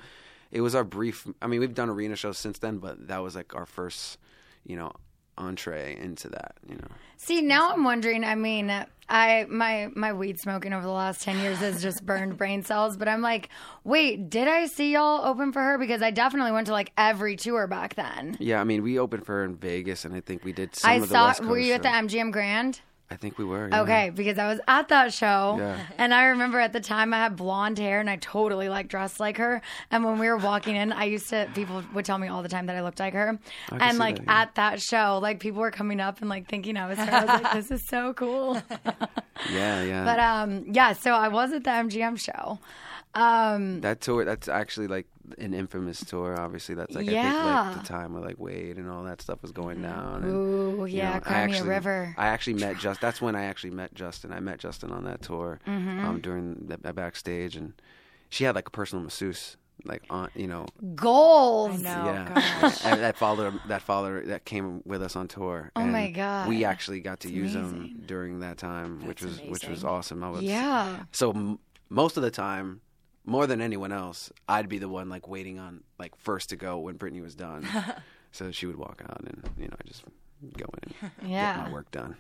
Speaker 5: it was our brief. I mean, we've done arena shows since then, but that was like our first, you know, entree into that, you know.
Speaker 3: See, now I'm wondering. I mean, I my my weed smoking over the last ten years has just burned brain cells. But I'm like, wait, did I see y'all open for her? Because I definitely went to like every tour back then.
Speaker 5: Yeah, I mean, we opened for her in Vegas, and I think we did some
Speaker 3: I
Speaker 5: of the
Speaker 3: saw.
Speaker 5: West Coast
Speaker 3: Were you at the
Speaker 5: shows.
Speaker 3: MGM Grand?
Speaker 5: I think we were. yeah.
Speaker 3: Okay, because I was at that show,
Speaker 5: Yeah.
Speaker 3: and I remember at the time I had blonde hair and I totally like dressed like her. And when we were walking in, I used to people would tell me all the time that I looked like her. And
Speaker 5: see
Speaker 3: like
Speaker 5: that, yeah.
Speaker 3: at that show, like people were coming up and like thinking I was her. I was like, this is so cool.
Speaker 5: Yeah, yeah.
Speaker 3: But um, yeah, so I was at the MGM show. Um,
Speaker 5: that tour, that's actually like an infamous tour. Obviously, that's like I think
Speaker 3: Yeah.
Speaker 5: like the time where like Wade and all that stuff was going down. And,
Speaker 3: Ooh,
Speaker 5: you
Speaker 3: yeah,
Speaker 5: know, I
Speaker 3: Cry Me a
Speaker 5: actually-
Speaker 3: River.
Speaker 5: I actually met just. That's when I actually met Justin. I met Justin on that tour
Speaker 3: Mm-hmm.
Speaker 5: um, during the, the backstage, and she had like a personal masseuse. Like on, you know,
Speaker 3: goals.
Speaker 6: No,
Speaker 5: yeah, and that followed um, that followed that came with us on tour. Oh
Speaker 3: my God.
Speaker 5: we actually got to use them during that time, which was which was awesome. I was,
Speaker 3: Yeah.
Speaker 5: So m- most of the time, more than anyone else, I'd be the one like waiting on like first to go when Brittany was done. so she would walk out, and you know I just go in and get
Speaker 3: Yeah.
Speaker 5: my work done.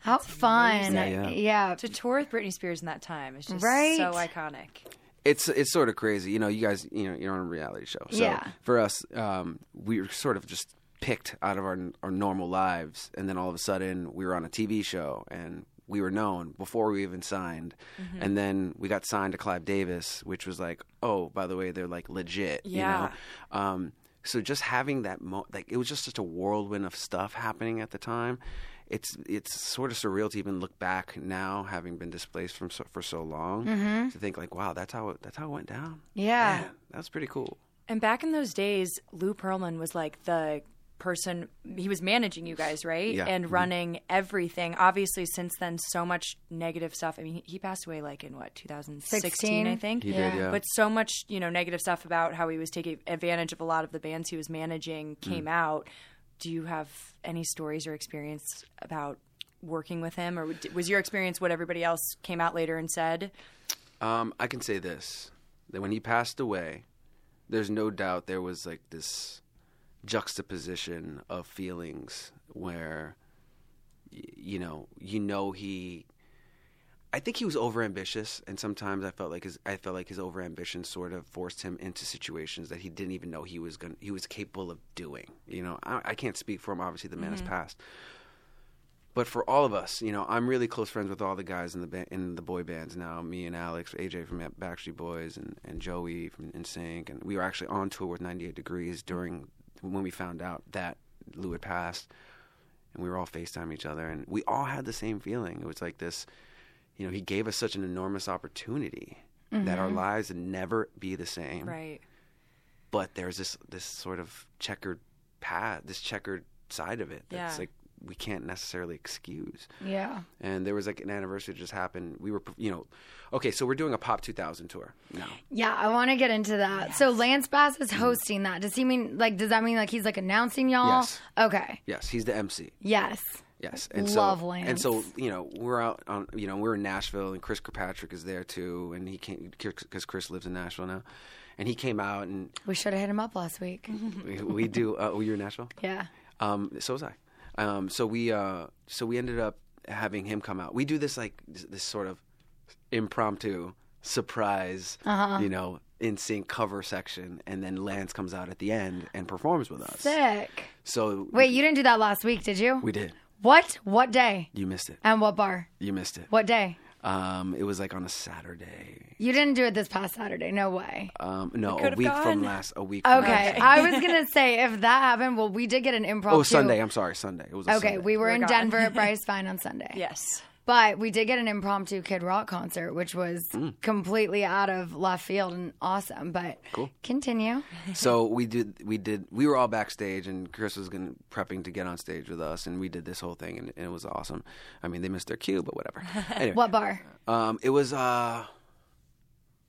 Speaker 3: How fun.
Speaker 5: yeah.
Speaker 3: yeah.
Speaker 6: To tour with Britney Spears in that time is just
Speaker 3: Right.
Speaker 6: so iconic.
Speaker 5: It's it's sort of crazy, you know. You guys, you know, you're on a reality show, so
Speaker 3: Yeah.
Speaker 5: for us, um, we were sort of just picked out of our our normal lives, and then all of a sudden we were on a TV show and we were known before we even signed,
Speaker 3: Mm-hmm.
Speaker 5: and then we got signed to Clive Davis, which was like, oh, by the way, they're like legit,
Speaker 6: Yeah.
Speaker 5: you know. Um, so just having that, mo- like, it was just such a whirlwind of stuff happening at the time. It's it's sort of surreal to even look back now, having been displaced from so, for so long, to think like, wow, that's how it, that's how it went down.
Speaker 3: Yeah.
Speaker 5: Man, that was pretty cool.
Speaker 6: And back in those days, Lou Pearlman was like the person he was managing you guys, right?
Speaker 5: Yeah. Mm-hmm.
Speaker 6: And running everything. Obviously, since then, so much negative stuff. I mean, he- he passed away like in what 2016, I think.
Speaker 5: He did, yeah.
Speaker 6: But so much, you know, negative stuff about how he was taking advantage of a lot of the bands he was managing came
Speaker 5: Mm.
Speaker 6: out. Do you have any stories or experience about working with him, or was your experience what everybody else came out later and said?
Speaker 5: Um, I can say this that when he passed away, there's no doubt there was like this juxtaposition of feelings where y- you know, you know he I think he was overambitious and sometimes I felt like his I felt like his overambition sort of forced him into situations that he didn't even know he was going to he was capable of doing. You know, I, I can't speak for him obviously the man has passed. but for all of us, you know, I'm really close friends with all the guys in the ba- in the boy bands now. Me and Alex, AJ from Backstreet Boys, and, and Joey from NSYNC, and we were actually on tour with 98 Degrees during when we found out that Lou had passed, and we were all Facetime each other, and we all had the same feeling. It was like this, you know, he gave us such an enormous opportunity that our lives would never be the same
Speaker 6: Mm-hmm. Right.
Speaker 5: but there's this this sort of checkered path, this checkered side of it that's
Speaker 6: Yeah.
Speaker 5: like we can't necessarily excuse.
Speaker 3: Yeah.
Speaker 5: And there was like an anniversary that just happened. We were, you know, okay, so we're doing a Pop 2000 tour now.
Speaker 3: Yeah, I want to get into that. So Lance Bass is hosting that. Does he mean like? Does that mean like he's like announcing y'all?
Speaker 5: Yes.
Speaker 3: Okay.
Speaker 5: Yes, he's the MC.
Speaker 3: Yes.
Speaker 5: Yes, and
Speaker 3: Love
Speaker 5: so
Speaker 3: Lance.
Speaker 5: and so you know we're out on you know we're in Nashville and Chris Kirkpatrick is there too and he came because Chris lives in Nashville now, and he came out and
Speaker 3: We should have hit him up last week.
Speaker 5: we, we do uh, oh you're in Nashville
Speaker 3: yeah.
Speaker 5: um so was I um so we uh so we ended up having him come out we do this like this, this sort of impromptu surprise
Speaker 3: Uh-huh.
Speaker 5: you know in sync cover section and then Lance comes out at the end and performs with us
Speaker 3: Sick.
Speaker 5: so
Speaker 3: Wait, you didn't do that last week, did you?
Speaker 5: we did
Speaker 3: What? What day?
Speaker 5: you missed it
Speaker 3: And what bar?
Speaker 5: you missed it
Speaker 3: What day?
Speaker 5: um it was like on a Saturday.
Speaker 3: You didn't do it this past Saturday. No way.
Speaker 5: Um, no, a week from last. A week. From
Speaker 3: Oh, Okay.
Speaker 5: last-
Speaker 3: I was gonna say if that happened, well, we did get an improv.
Speaker 5: Oh, Sunday. I'm sorry, Sunday. It was a
Speaker 3: Okay,
Speaker 5: Sunday.
Speaker 3: we were, in Denver at Bryce Vine on Sunday.
Speaker 6: Yes.
Speaker 3: But we did get an impromptu Kid Rock concert, which was
Speaker 5: Hmm.
Speaker 3: completely out of left field and awesome. But continue.
Speaker 5: so we did. We did. We were all backstage, and Chris was gonna, prepping to get on stage with us, and we did this whole thing, and, and it was awesome. I mean, they missed their cue, but whatever. Anyway,
Speaker 3: What bar?
Speaker 5: um, it was. Uh,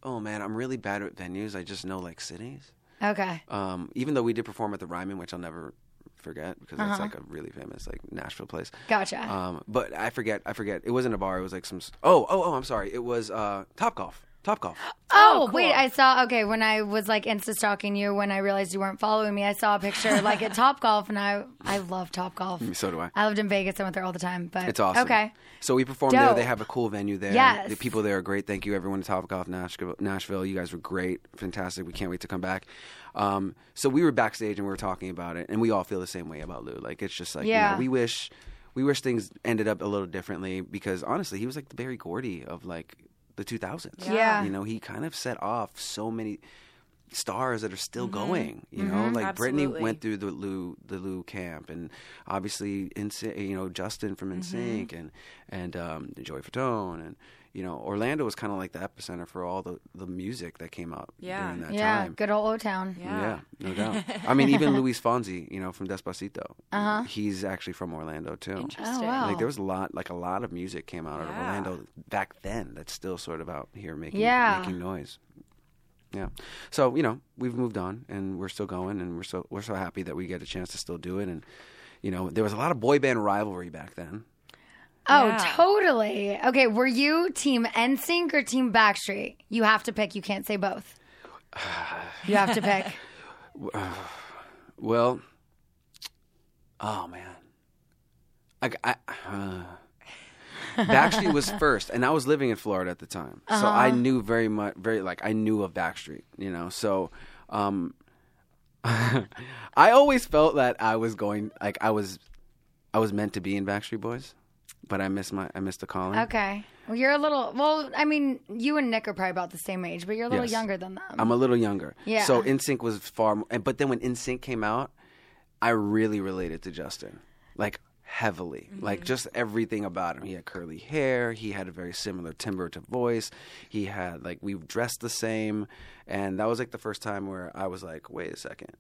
Speaker 5: oh man, I'm really bad at venues. I just know like cities.
Speaker 3: Okay.
Speaker 5: Um, even though we did perform at the Ryman, which I'll never forget because it's like a really famous like Nashville place.
Speaker 3: Gotcha.
Speaker 5: Um, but I forget. I forget. It wasn't a bar. It was like some. s- Oh, oh, oh. I'm sorry. It was uh, Top Golf. Top Golf.
Speaker 3: oh, wait, I saw okay, when I was like insta stalking you when I realized you weren't following me, I saw a picture like at Top Golf and I I love Top Golf.
Speaker 5: So do I.
Speaker 3: I lived in Vegas, I went there all the time. But
Speaker 5: Mm. It's awesome.
Speaker 3: Okay.
Speaker 5: So we performed there. They
Speaker 3: Dope.
Speaker 5: have a cool venue there.
Speaker 3: Yes.
Speaker 5: The people there are great. Thank you, everyone at Topgolf Nashville. Nashville. You guys were great, fantastic. We can't wait to come back. Um, so we were backstage and we were talking about it, and we all feel the same way about Lou. Like it's just like you know,
Speaker 3: Yeah.
Speaker 5: we wish, we wish things ended up a little differently because honestly, he was like the Barry Gordy of like the 2000s.
Speaker 3: Yeah.
Speaker 5: You know, he kind of set off so many stars that are still
Speaker 3: Mm-hmm.
Speaker 5: going. You know, like Brittany
Speaker 6: Absolutely.
Speaker 5: went through the Lou the Lou camp, and obviously, in, you know, Justin from InSync and and um, Joey Fatone, and you know, Orlando was kind of like the epicenter for all the the music that came out
Speaker 6: Yeah.
Speaker 5: during that
Speaker 3: Yeah,
Speaker 5: time.
Speaker 3: good old O Town.
Speaker 5: Yeah, no doubt. I mean, even Luis Fonsi, you know, from Despacito, uh-huh. he's actually from Orlando too.
Speaker 3: Oh wow.
Speaker 5: Like there was a lot, like a lot of music came out of
Speaker 6: Yeah.
Speaker 5: Orlando back then. That's still sort of out here making
Speaker 3: Yeah.
Speaker 5: making noise. Yeah. So you know we've moved on and we're still going and we're so we're so happy that we get a chance to still do it and you know there was a lot of boy band rivalry back then.
Speaker 3: Oh, totally. Okay, were you team NSYNC or team Backstreet? You have to pick. You can't say both. You have to pick.
Speaker 5: Well, oh man, I, I uh, Backstreet was first, and I was living in Florida at the time, so I knew very much, very like I knew of Backstreet, you know. So, um, I always felt that I was going, like I was, I was meant to be in Backstreet Boys, but I missed my, I missed the calling.
Speaker 3: Okay. Well, you're a little. Well, I mean, you and Nick are probably about the same age, but you're a little
Speaker 5: Yes.
Speaker 3: younger than them.
Speaker 5: I'm a little younger.
Speaker 3: Yeah.
Speaker 5: So NSYNC was far more, and- but then when NSYNC came out, I really related to Justin, like heavily, like just everything about him. He had curly hair. He had a very similar timbre to voice. He had like we dressed the same, and that was like the first time where I was like, wait a second.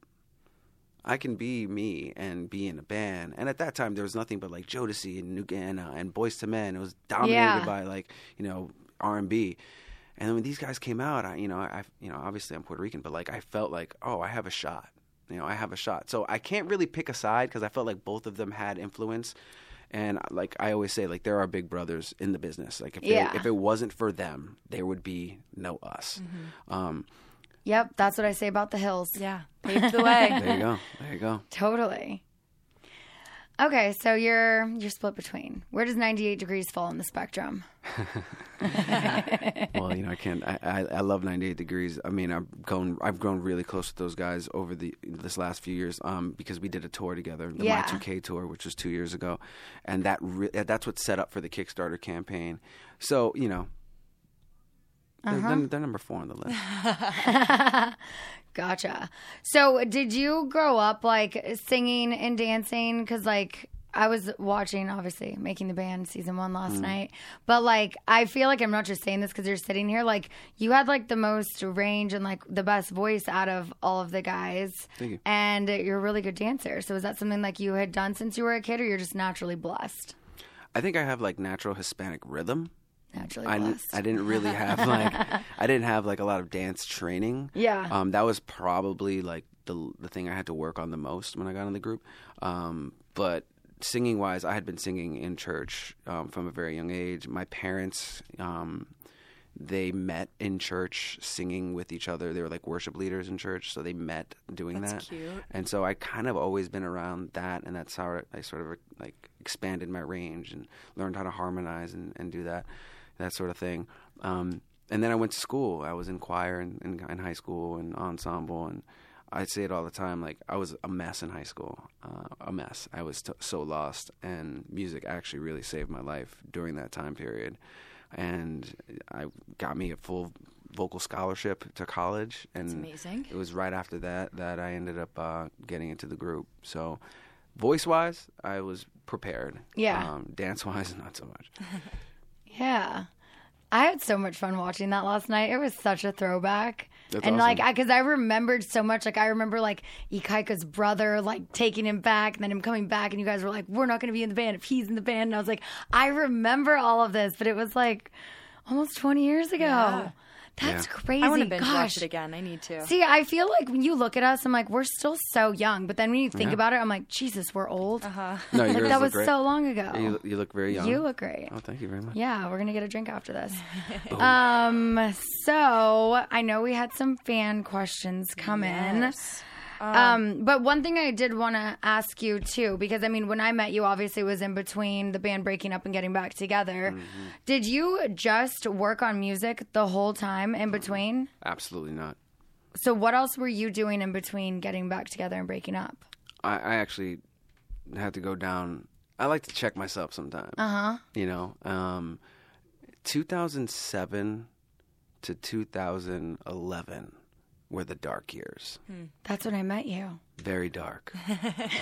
Speaker 5: I can be me and be in a band, and at that time there was nothing but like Jodeci and Nugana and Boys to Men. It was dominated
Speaker 3: Yeah.
Speaker 5: by like you know R and B, and then when these guys came out, I you know I you know obviously I'm Puerto Rican, but like I felt like oh I have a shot, you know I have a shot. So I can't really pick a side because I felt like both of them had influence, and like I always say like there are big brothers in the business. Like if they-
Speaker 3: Yeah.
Speaker 5: if it wasn't for them, there would be no us.
Speaker 3: Mm-hmm.
Speaker 5: Um,
Speaker 3: Yep, that's what I say about the hills.
Speaker 6: Yeah. Paved the way.
Speaker 5: there you go, there you go.
Speaker 3: Totally. Okay, so you're you're split between. Where does 98 degrees fall in the spectrum?
Speaker 5: well, you know, I can't. I, I, I love 98 degrees. I mean, I've grown. I've grown really close with those guys over the this last few years. Um, because we did a tour together, the
Speaker 3: Yeah.
Speaker 5: Y2K tour, which was two years ago, and that re- that's what set up for the Kickstarter campaign. So you know, they're, they're, they're number four on the list.
Speaker 3: Gotcha. So, did you grow up like singing and dancing? Because like I was watching, obviously, Making the Band season one last
Speaker 5: Mm.
Speaker 3: night, but like, I feel like I'm not just saying this because you're sitting here. Like, you had like the most range and like the best voice out of all of the guys.
Speaker 5: Thank you.
Speaker 3: And you're a really good dancer. So, is that something like you had done since you were a kid, or you're just naturally blessed?
Speaker 5: I think I have like natural Hispanic rhythm.
Speaker 3: Naturally
Speaker 5: I, n-
Speaker 3: blessed.
Speaker 5: I didn't really have like I didn't have like a lot of dance training.
Speaker 3: Yeah.
Speaker 5: Um, that was probably like the the thing I had to work on the most when I got in the group. Um, but singing wise, I had been singing in church um, from a very young age. My parents. Um, they met in church singing with each other. They were like worship leaders in church, so they met doing that.
Speaker 6: cute.
Speaker 5: And so I kind of always been around that, and that's how I sort of like expanded my range and learned how to harmonize and, and do that, that sort of thing. Um, and then I went to school. I was in choir in, in, in high school and ensemble, and I say it all the time. Like I was a mess in high school, uh, a mess. I was t- so lost, and music actually really saved my life during that time period and I got me a full vocal scholarship to college. And
Speaker 6: amazing.
Speaker 5: It was right after that that I ended up uh, getting into the group. So, voice wise, I was prepared.
Speaker 3: Yeah.
Speaker 5: Um, Dance wise, not so much.
Speaker 3: Yeah. I had so much fun watching that last night. It was such a throwback.
Speaker 5: That's
Speaker 3: and like,
Speaker 5: awesome.
Speaker 3: I, cause I remembered so much. Like, I remember like Ikaika's brother, like taking him back and then him coming back. And you guys were like, we're not going to be in the band if he's in the band. And I was like, I remember all of this, but it was like almost 20 years ago. That's crazy.
Speaker 6: I want to binge
Speaker 3: Gosh.
Speaker 6: watch it again. I need to.
Speaker 3: See, I feel like when you look at us, I'm like, we're still so young. But then when you think about it, I'm like, Jesus, we're old. Uh-huh.
Speaker 5: No, yours
Speaker 3: Like, that
Speaker 5: look
Speaker 3: was
Speaker 5: great.
Speaker 3: so long ago.
Speaker 5: You, you look very young.
Speaker 3: You look great.
Speaker 5: Oh, thank you very much.
Speaker 3: Yeah, we're gonna get a drink after this. um, so I know we had some fan questions come in. Um, but one thing I did want to ask you too, because I mean, when I met you, obviously it was in between the band breaking up and getting back together. Did you just work on music the whole time in between?
Speaker 5: Absolutely not.
Speaker 3: So what else were you doing in between getting back together and breaking up?
Speaker 5: I, I actually had to go down. I like to check myself sometimes. Uh
Speaker 3: Uh-huh.
Speaker 5: huh. You know, um, 2007 to 2011 were the dark years.
Speaker 3: That's when I met you.
Speaker 5: very dark,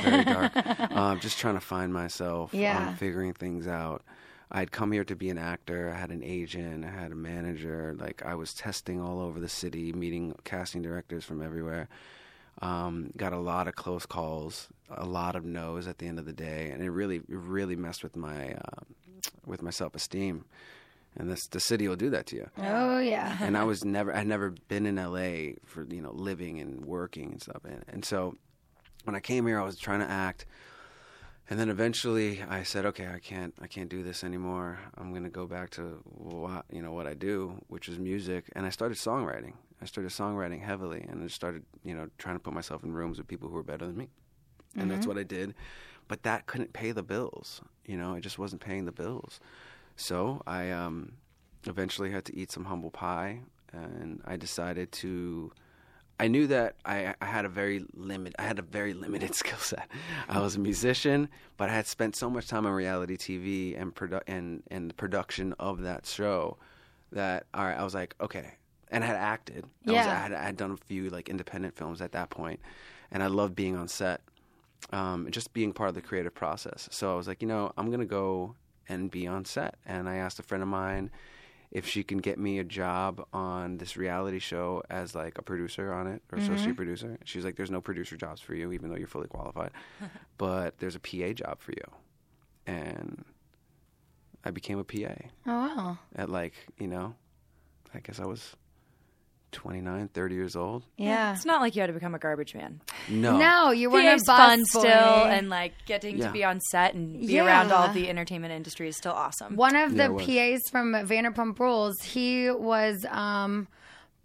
Speaker 5: very dark. Um, just trying to find myself.
Speaker 3: Yeah.
Speaker 5: um, figuring things out. I had come here to be an actor. I had an agent. I had a manager. Like I was testing all over the city, meeting casting directors from everywhere. Um, got a lot of close calls, a lot of no's at the end of the day, and it really, it really messed with my, um with my self esteem. And this, the city will do that to you
Speaker 3: Oh yeah.
Speaker 5: and I was never I'd never been in LA for you know living and working and stuff and, and so when I came here I was trying to act and then eventually I said okay I can't I can't do this anymore I'm going to go back to what you know what I do which is music and I started songwriting I started songwriting heavily and I started you know trying to put myself in rooms with people who were better than me and that's what I did. But that couldn't pay the bills. You know, it just wasn't paying the bills. So I um, eventually had to eat some humble pie, and I decided to. I knew that I, I had a very limit. I had a very limited skill set. I was a musician, but I had spent so much time on reality TV and produ- and and the production of that show that all right, I was like, okay, and I had acted. I was,
Speaker 3: Yeah.
Speaker 5: I had I had done a few like independent films at that point, and I loved being on set um, and just being part of the creative process. So I was like, you know, I'm gonna go and be on set. And I asked a friend of mine if she can get me a job on this reality show as like a producer on it or
Speaker 3: Mm-hmm.
Speaker 5: associate producer. She's like, there's no producer jobs for you, even though you're fully qualified, but there's a PA job for you. And I became a PA
Speaker 3: Oh wow.
Speaker 5: at like you know i guess i was 29 30 years old
Speaker 3: Yeah.
Speaker 6: It's not like you had to become a garbage man.
Speaker 5: no
Speaker 3: No, you were a
Speaker 6: PA's
Speaker 3: bus
Speaker 6: fun
Speaker 3: boy.
Speaker 6: still, and like getting
Speaker 5: Yeah.
Speaker 6: to be on set and be
Speaker 3: Yeah.
Speaker 6: around all the entertainment industry is still awesome.
Speaker 3: One of
Speaker 5: Yeah,
Speaker 3: the
Speaker 5: it
Speaker 3: PAs from Vanderpump Rules, he was um,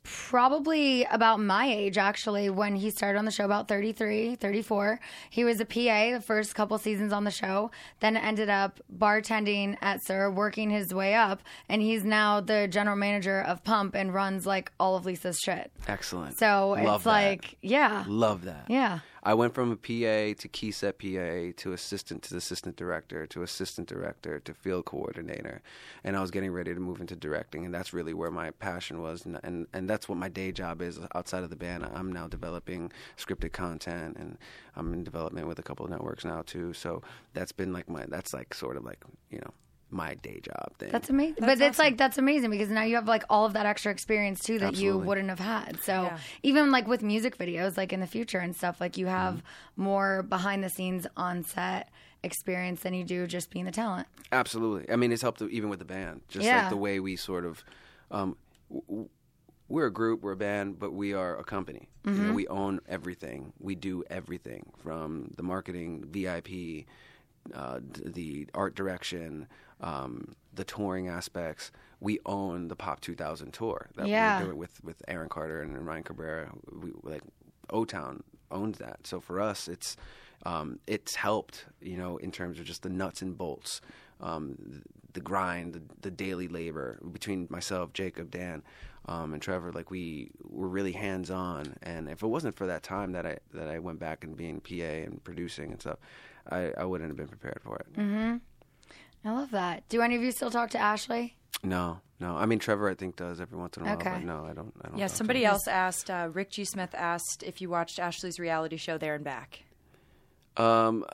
Speaker 3: probably about my age actually when he started on the show, about 33, 34. He was a PA the first couple seasons on the show, then ended up bartending at Sir, working his way up, and he's now the general manager of Pump and runs like all of Lisa's shit.
Speaker 5: excellent
Speaker 3: So
Speaker 5: Love
Speaker 3: it's
Speaker 5: that.
Speaker 3: like, yeah,
Speaker 5: love that
Speaker 3: yeah.
Speaker 5: I went from a PA to key set PA to assistant to assistant director to assistant director to field coordinator, and I was getting ready to move into directing, and that's really where my passion was, and and, and that's what my day job is outside of the band. I'm now developing scripted content, and I'm in development with a couple of networks now too. So that's been like my that's like sort of like you know my day job thing.
Speaker 3: That's amazing. but it's like that's amazing because now you have like all of that extra experience too that
Speaker 5: Absolutely.
Speaker 3: you wouldn't have had. So even like with music videos, like in the future and stuff, like you have
Speaker 5: Mm-hmm.
Speaker 3: more behind the scenes on set experience than you do just being the talent.
Speaker 5: Absolutely. I mean, it's helped even with the band. Just
Speaker 3: Yeah.
Speaker 5: like the way we sort of, um, w- w- we're a group, we're a band, but we are a company. You know,
Speaker 11: Mhm.
Speaker 5: we own everything. We do everything from the marketing, VIP, uh, d- the art direction, um, the touring aspects. We own the Pop 2000 tour that
Speaker 12: Yeah.
Speaker 5: we're doing with with Aaron Carter and Ryan Cabrera. We like O Town owns that. So for us, it's um, it's helped, you know, in terms of just the nuts and bolts, um, th- the grind, the, the daily labor between myself, Jacob, Dan, um, and Trevor. Like we were really hands on, and if it wasn't for that time that I that I went back and being PA and producing and stuff, I, I wouldn't have been prepared for it.
Speaker 6: Mm.
Speaker 3: Mm-hmm. I love that. Do any of you still talk to Ashley?
Speaker 5: No, no. I mean, Trevor, I think does every once in a while,
Speaker 3: Okay.
Speaker 5: but no, I don't. I don't
Speaker 6: Yeah,
Speaker 5: talk to
Speaker 6: somebody
Speaker 5: him.
Speaker 6: else asked, uh, Rick G. Smith asked if you watched Ashley's reality show There and Back.
Speaker 5: Um,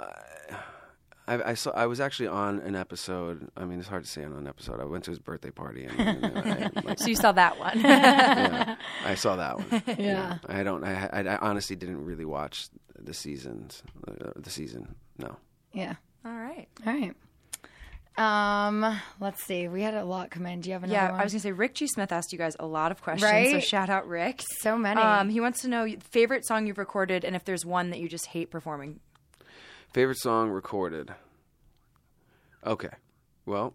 Speaker 5: I, I saw. I was actually on an episode. I mean, it's hard to say on an episode. I went to his birthday party, and, and I, like,
Speaker 6: so you saw that one.
Speaker 5: yeah, I saw that one.
Speaker 6: Yeah.
Speaker 5: I don't. I, I, I honestly didn't really watch the seasons. Uh, the season. No.
Speaker 3: Yeah.
Speaker 6: All right.
Speaker 3: All right. Um, let's see. We had a lot come in. Do you have another
Speaker 6: Yeah,
Speaker 3: one?
Speaker 6: I was going to say, Rick G. Smith asked you guys a lot of questions. So
Speaker 3: Right?
Speaker 6: shout out Rick.
Speaker 3: So many.
Speaker 6: Um, he wants to know favorite song you've recorded and if there's one that you just hate performing.
Speaker 5: Favorite song recorded. Okay. Well.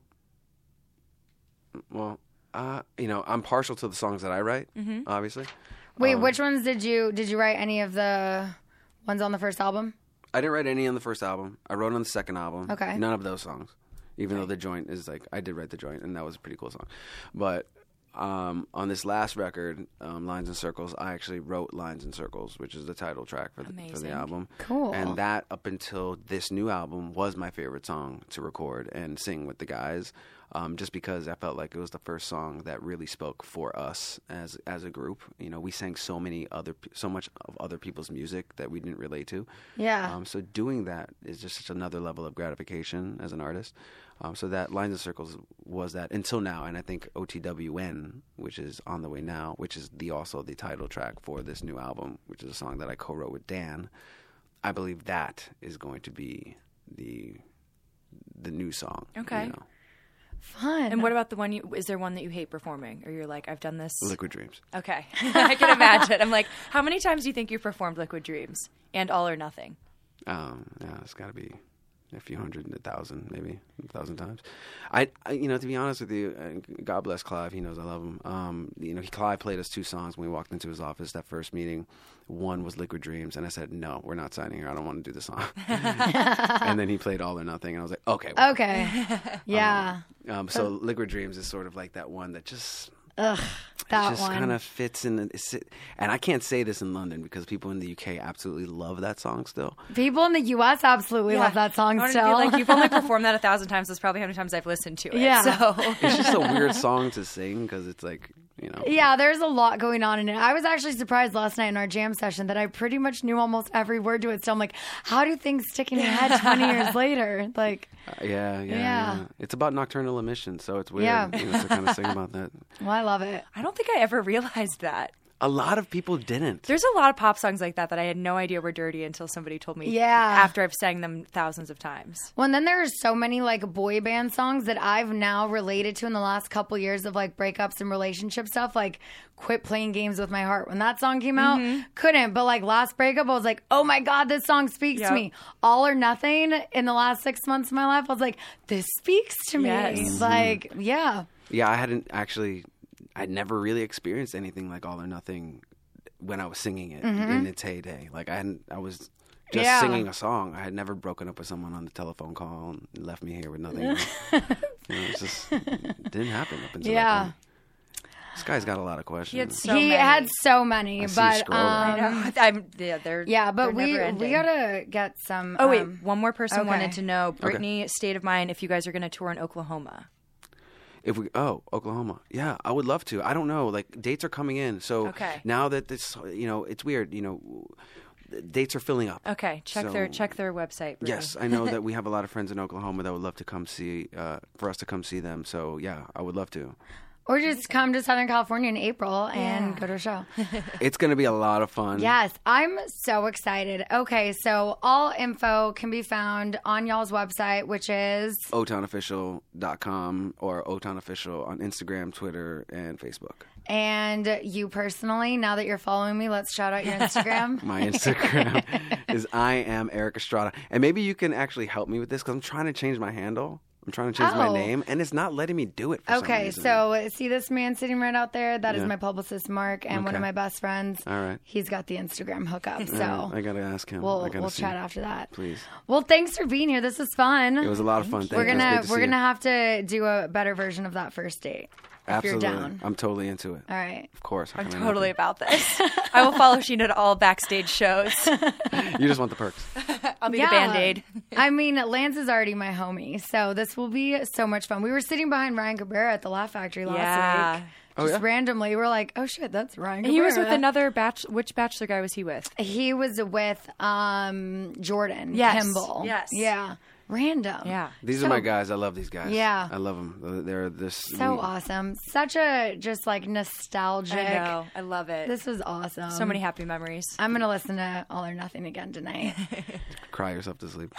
Speaker 5: Well, uh, you know, I'm partial to the songs that I write.
Speaker 3: Mhm.
Speaker 5: Obviously.
Speaker 3: Wait,
Speaker 5: Um,
Speaker 3: which ones did you did you write any of the ones on the first album?
Speaker 5: I didn't write any on the first album. I wrote on the second album.
Speaker 3: Okay.
Speaker 5: None of those songs, even though the joint is like I did write the joint, and that was a pretty cool song. But um, on this last record, um, Lines and Circles, I actually wrote Lines and Circles, which is the title track for the, for
Speaker 13: Amazing.
Speaker 5: the album.
Speaker 13: Cool.
Speaker 5: And that up until this new album was my favorite song to record and sing with the guys. Um, just because I felt like it was the first song that really spoke for us as as a group. You know, we sang so many other so much of other people's music that we didn't relate to.
Speaker 3: Yeah.
Speaker 5: Um, so doing that is just such another level of gratification as an artist. Um, so that Lines and Circles was that until now, and I think OTWN, which is on the way now, which is the also the title track for this new album, which is a song that I co-wrote with Dan. I believe that is going to be the the new song. you
Speaker 6: Okay.
Speaker 5: know,
Speaker 3: Fun.
Speaker 6: And what about the one you, is there one that you hate performing or you're like, I've done this?
Speaker 5: Liquid Dreams.
Speaker 6: Okay. I can imagine. I'm like, how many times do you think you performed Liquid Dreams and All or Nothing?
Speaker 5: Um, yeah, it's got to be a few hundred, a thousand, maybe a thousand times. I, I, you know, to be honest with you, and God bless Clive. He knows I love him. Um, you know, he, Clive played us two songs when we walked into his office that first meeting. One was Liquid Dreams, and I said, "No, we're not signing here. I don't want to do the song." and then he played All or Nothing, and I was like, "Okay." well."
Speaker 3: Okay. yeah.
Speaker 5: Um, so Liquid Dreams is sort of like that one that just
Speaker 3: Ugh, that
Speaker 5: it just
Speaker 3: one.
Speaker 5: kind of fits in. The, it's- and I can't say this in London because people in the UK absolutely love that song still.
Speaker 3: People in the U.S. absolutely
Speaker 6: Yeah.
Speaker 3: love that
Speaker 6: I
Speaker 3: song
Speaker 6: wanted to
Speaker 3: still.
Speaker 6: be like, you've only performed that a thousand times. That's probably how many times I've listened to it.
Speaker 3: Yeah.
Speaker 6: So
Speaker 5: it's just a weird song to sing because it's like you know
Speaker 3: yeah, there's a lot going on in it. I was actually surprised last night in our jam session that I pretty much knew almost every word to it. So I'm like, how do things stick in your head 20 years later? Like,
Speaker 5: uh, yeah, yeah yeah
Speaker 3: Yeah.
Speaker 5: it's about nocturnal emission so it's weird
Speaker 3: Yeah.
Speaker 5: you know, to kind of sing about that
Speaker 3: well, I love it.
Speaker 6: I don't think I ever realized that.
Speaker 5: a lot of people didn't
Speaker 6: There's a lot of pop songs like that that I had no idea were dirty until somebody told me
Speaker 3: Yeah.
Speaker 6: after I've sang them thousands of times.
Speaker 3: Well, and then there are so many like boy band songs that I've now related to in the last couple years of like breakups and relationship stuff. Like, quit playing games with my heart. When that song came out,
Speaker 6: Mhm.
Speaker 3: couldn't. But like last breakup, I was like, oh my god, this song speaks
Speaker 6: Yep.
Speaker 3: to me. All or nothing in the last six months of my life, I was like, this speaks to me.
Speaker 5: Yes. Mhm.
Speaker 3: Like, yeah,
Speaker 5: yeah i hadn't actually i'd never really experienced anything like all or nothing when i was singing it
Speaker 3: Mhm.
Speaker 5: in its heyday like i hadn't i was just
Speaker 3: Yeah.
Speaker 5: singing a song i had never broken up with someone on the telephone call and left me here with nothing you know, it just didn't happen up until that
Speaker 3: yeah.
Speaker 5: point. This guy's got a lot of questions.
Speaker 6: so
Speaker 3: he
Speaker 6: many.
Speaker 3: had so many,
Speaker 5: I see you
Speaker 3: but
Speaker 5: scrolling. I
Speaker 3: um,
Speaker 6: I'm, yeah, they're
Speaker 3: yeah,
Speaker 6: they're
Speaker 3: but we
Speaker 6: never ending.
Speaker 3: we gotta get some.
Speaker 6: Oh wait,
Speaker 3: um,
Speaker 6: one more person
Speaker 3: okay.
Speaker 6: wanted to know
Speaker 5: Okay.
Speaker 6: Brittany state of mind if you guys are going to tour in Oklahoma.
Speaker 5: If we oh Oklahoma, yeah, I would love to. I don't know, like dates are coming in, so
Speaker 6: Okay.
Speaker 5: now that this, you know, it's weird, you know, dates are filling up.
Speaker 6: Okay, check their
Speaker 5: So-
Speaker 6: check their website. Brittany.
Speaker 5: Yes, I know that we have a lot of friends in Oklahoma that would love to come see, uh, for us to come see them. So yeah, I would love to.
Speaker 3: or just come to Southern California in April and go to a show.
Speaker 5: It's going to be a lot of fun.
Speaker 3: Yes, I'm so excited. Okay, so all info can be found on y'all's website, which is
Speaker 5: OtownOfficial.com or OtownOfficial on Instagram, Twitter, and Facebook.
Speaker 3: and you personally. Now that you're following me, let's shout out your Instagram.
Speaker 5: My Instagram is I am Eric Estrada, and maybe you can actually help me with this because I'm trying to change my handle. I'm trying to change
Speaker 3: Oh.
Speaker 5: my name, and it's not letting me do it. For some
Speaker 3: Okay,
Speaker 5: reason.
Speaker 3: so see this man sitting right out there? That is
Speaker 5: Yeah.
Speaker 3: my publicist, Mark, and one of
Speaker 5: Okay.
Speaker 3: my best friends.
Speaker 5: All right.
Speaker 3: He's got the Instagram hookup, so
Speaker 5: All right, I gotta ask him.
Speaker 3: we'll
Speaker 5: I gotta
Speaker 3: we'll
Speaker 5: see.
Speaker 3: chat after that.
Speaker 5: Please,
Speaker 3: Well, thanks for being here. This is fun.
Speaker 5: it was a lot of fun. Thank
Speaker 3: we're
Speaker 5: you. It was
Speaker 3: gonna
Speaker 5: good to
Speaker 3: we're
Speaker 5: see you.
Speaker 3: gonna have to do a better version of that first date.
Speaker 5: Absolutely.
Speaker 3: If you're down.
Speaker 5: I'm totally into it.
Speaker 3: All right.
Speaker 5: Of course. How
Speaker 6: I'm
Speaker 5: can I not
Speaker 6: totally about this. I will follow Sheena to all backstage shows.
Speaker 5: be? You just want the perks.
Speaker 6: I'll be
Speaker 3: Yeah.
Speaker 6: the band aid.
Speaker 3: I mean, Lance is already my homie, so this will be so much fun. We were sitting behind Ryan Cabrera at the Laugh Factory last
Speaker 6: Yeah.
Speaker 3: week. just randomly, we're like, "Oh shit, that's Ryan."
Speaker 6: He was with
Speaker 3: Cabrera.
Speaker 6: another bachelor. Which bachelor guy was he with?
Speaker 3: He was with um Jordan
Speaker 6: Yes.
Speaker 3: Kimball.
Speaker 6: Yes.
Speaker 3: Yeah. Random.
Speaker 6: Yeah.
Speaker 5: These are my guys. I love these guys.
Speaker 3: Yeah.
Speaker 5: I love them. They're this.
Speaker 3: So awesome. Such a just like nostalgic.
Speaker 6: I know. I love it. um,
Speaker 3: This was awesome.
Speaker 6: so many happy memories.
Speaker 3: I'm gonna listen to All or Nothing again tonight.
Speaker 5: Cry yourself to sleep.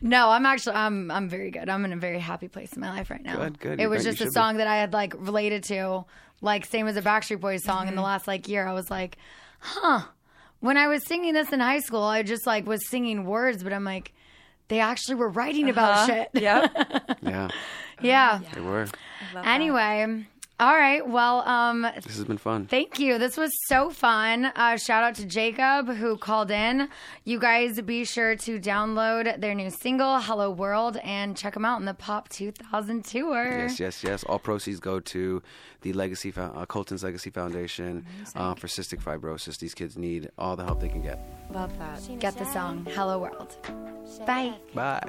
Speaker 3: no, I'm actually I'm I'm very good. I'm in a very happy place in my life right now.
Speaker 5: Good, good.
Speaker 3: It
Speaker 5: You
Speaker 3: was
Speaker 5: bet you
Speaker 3: just a
Speaker 5: should be.
Speaker 3: song that I had like related to, like same as a Backstreet Boys song
Speaker 5: Mm-hmm.
Speaker 3: in the last like year. I was like, huh. When I was singing this in high school, I just like was singing words, but I'm like, they actually were writing about shit.
Speaker 6: Yep.
Speaker 5: yeah.
Speaker 3: Yeah.
Speaker 5: They were.
Speaker 3: Anyway, all right. Well, um,
Speaker 5: This has been fun.
Speaker 3: Thank you. This was so fun. Uh, shout out to Jacob who called in. You guys be sure to download their new single, Hello World, and check them out in the Pop 2000 tour.
Speaker 5: Yes, yes, yes. All proceeds go to the Legacy Fo- uh, Colton's Legacy Foundation uh, for cystic fibrosis. These kids need all the help they can get.
Speaker 6: love that.
Speaker 3: Get the song, Hello World. Bye.
Speaker 5: Bye.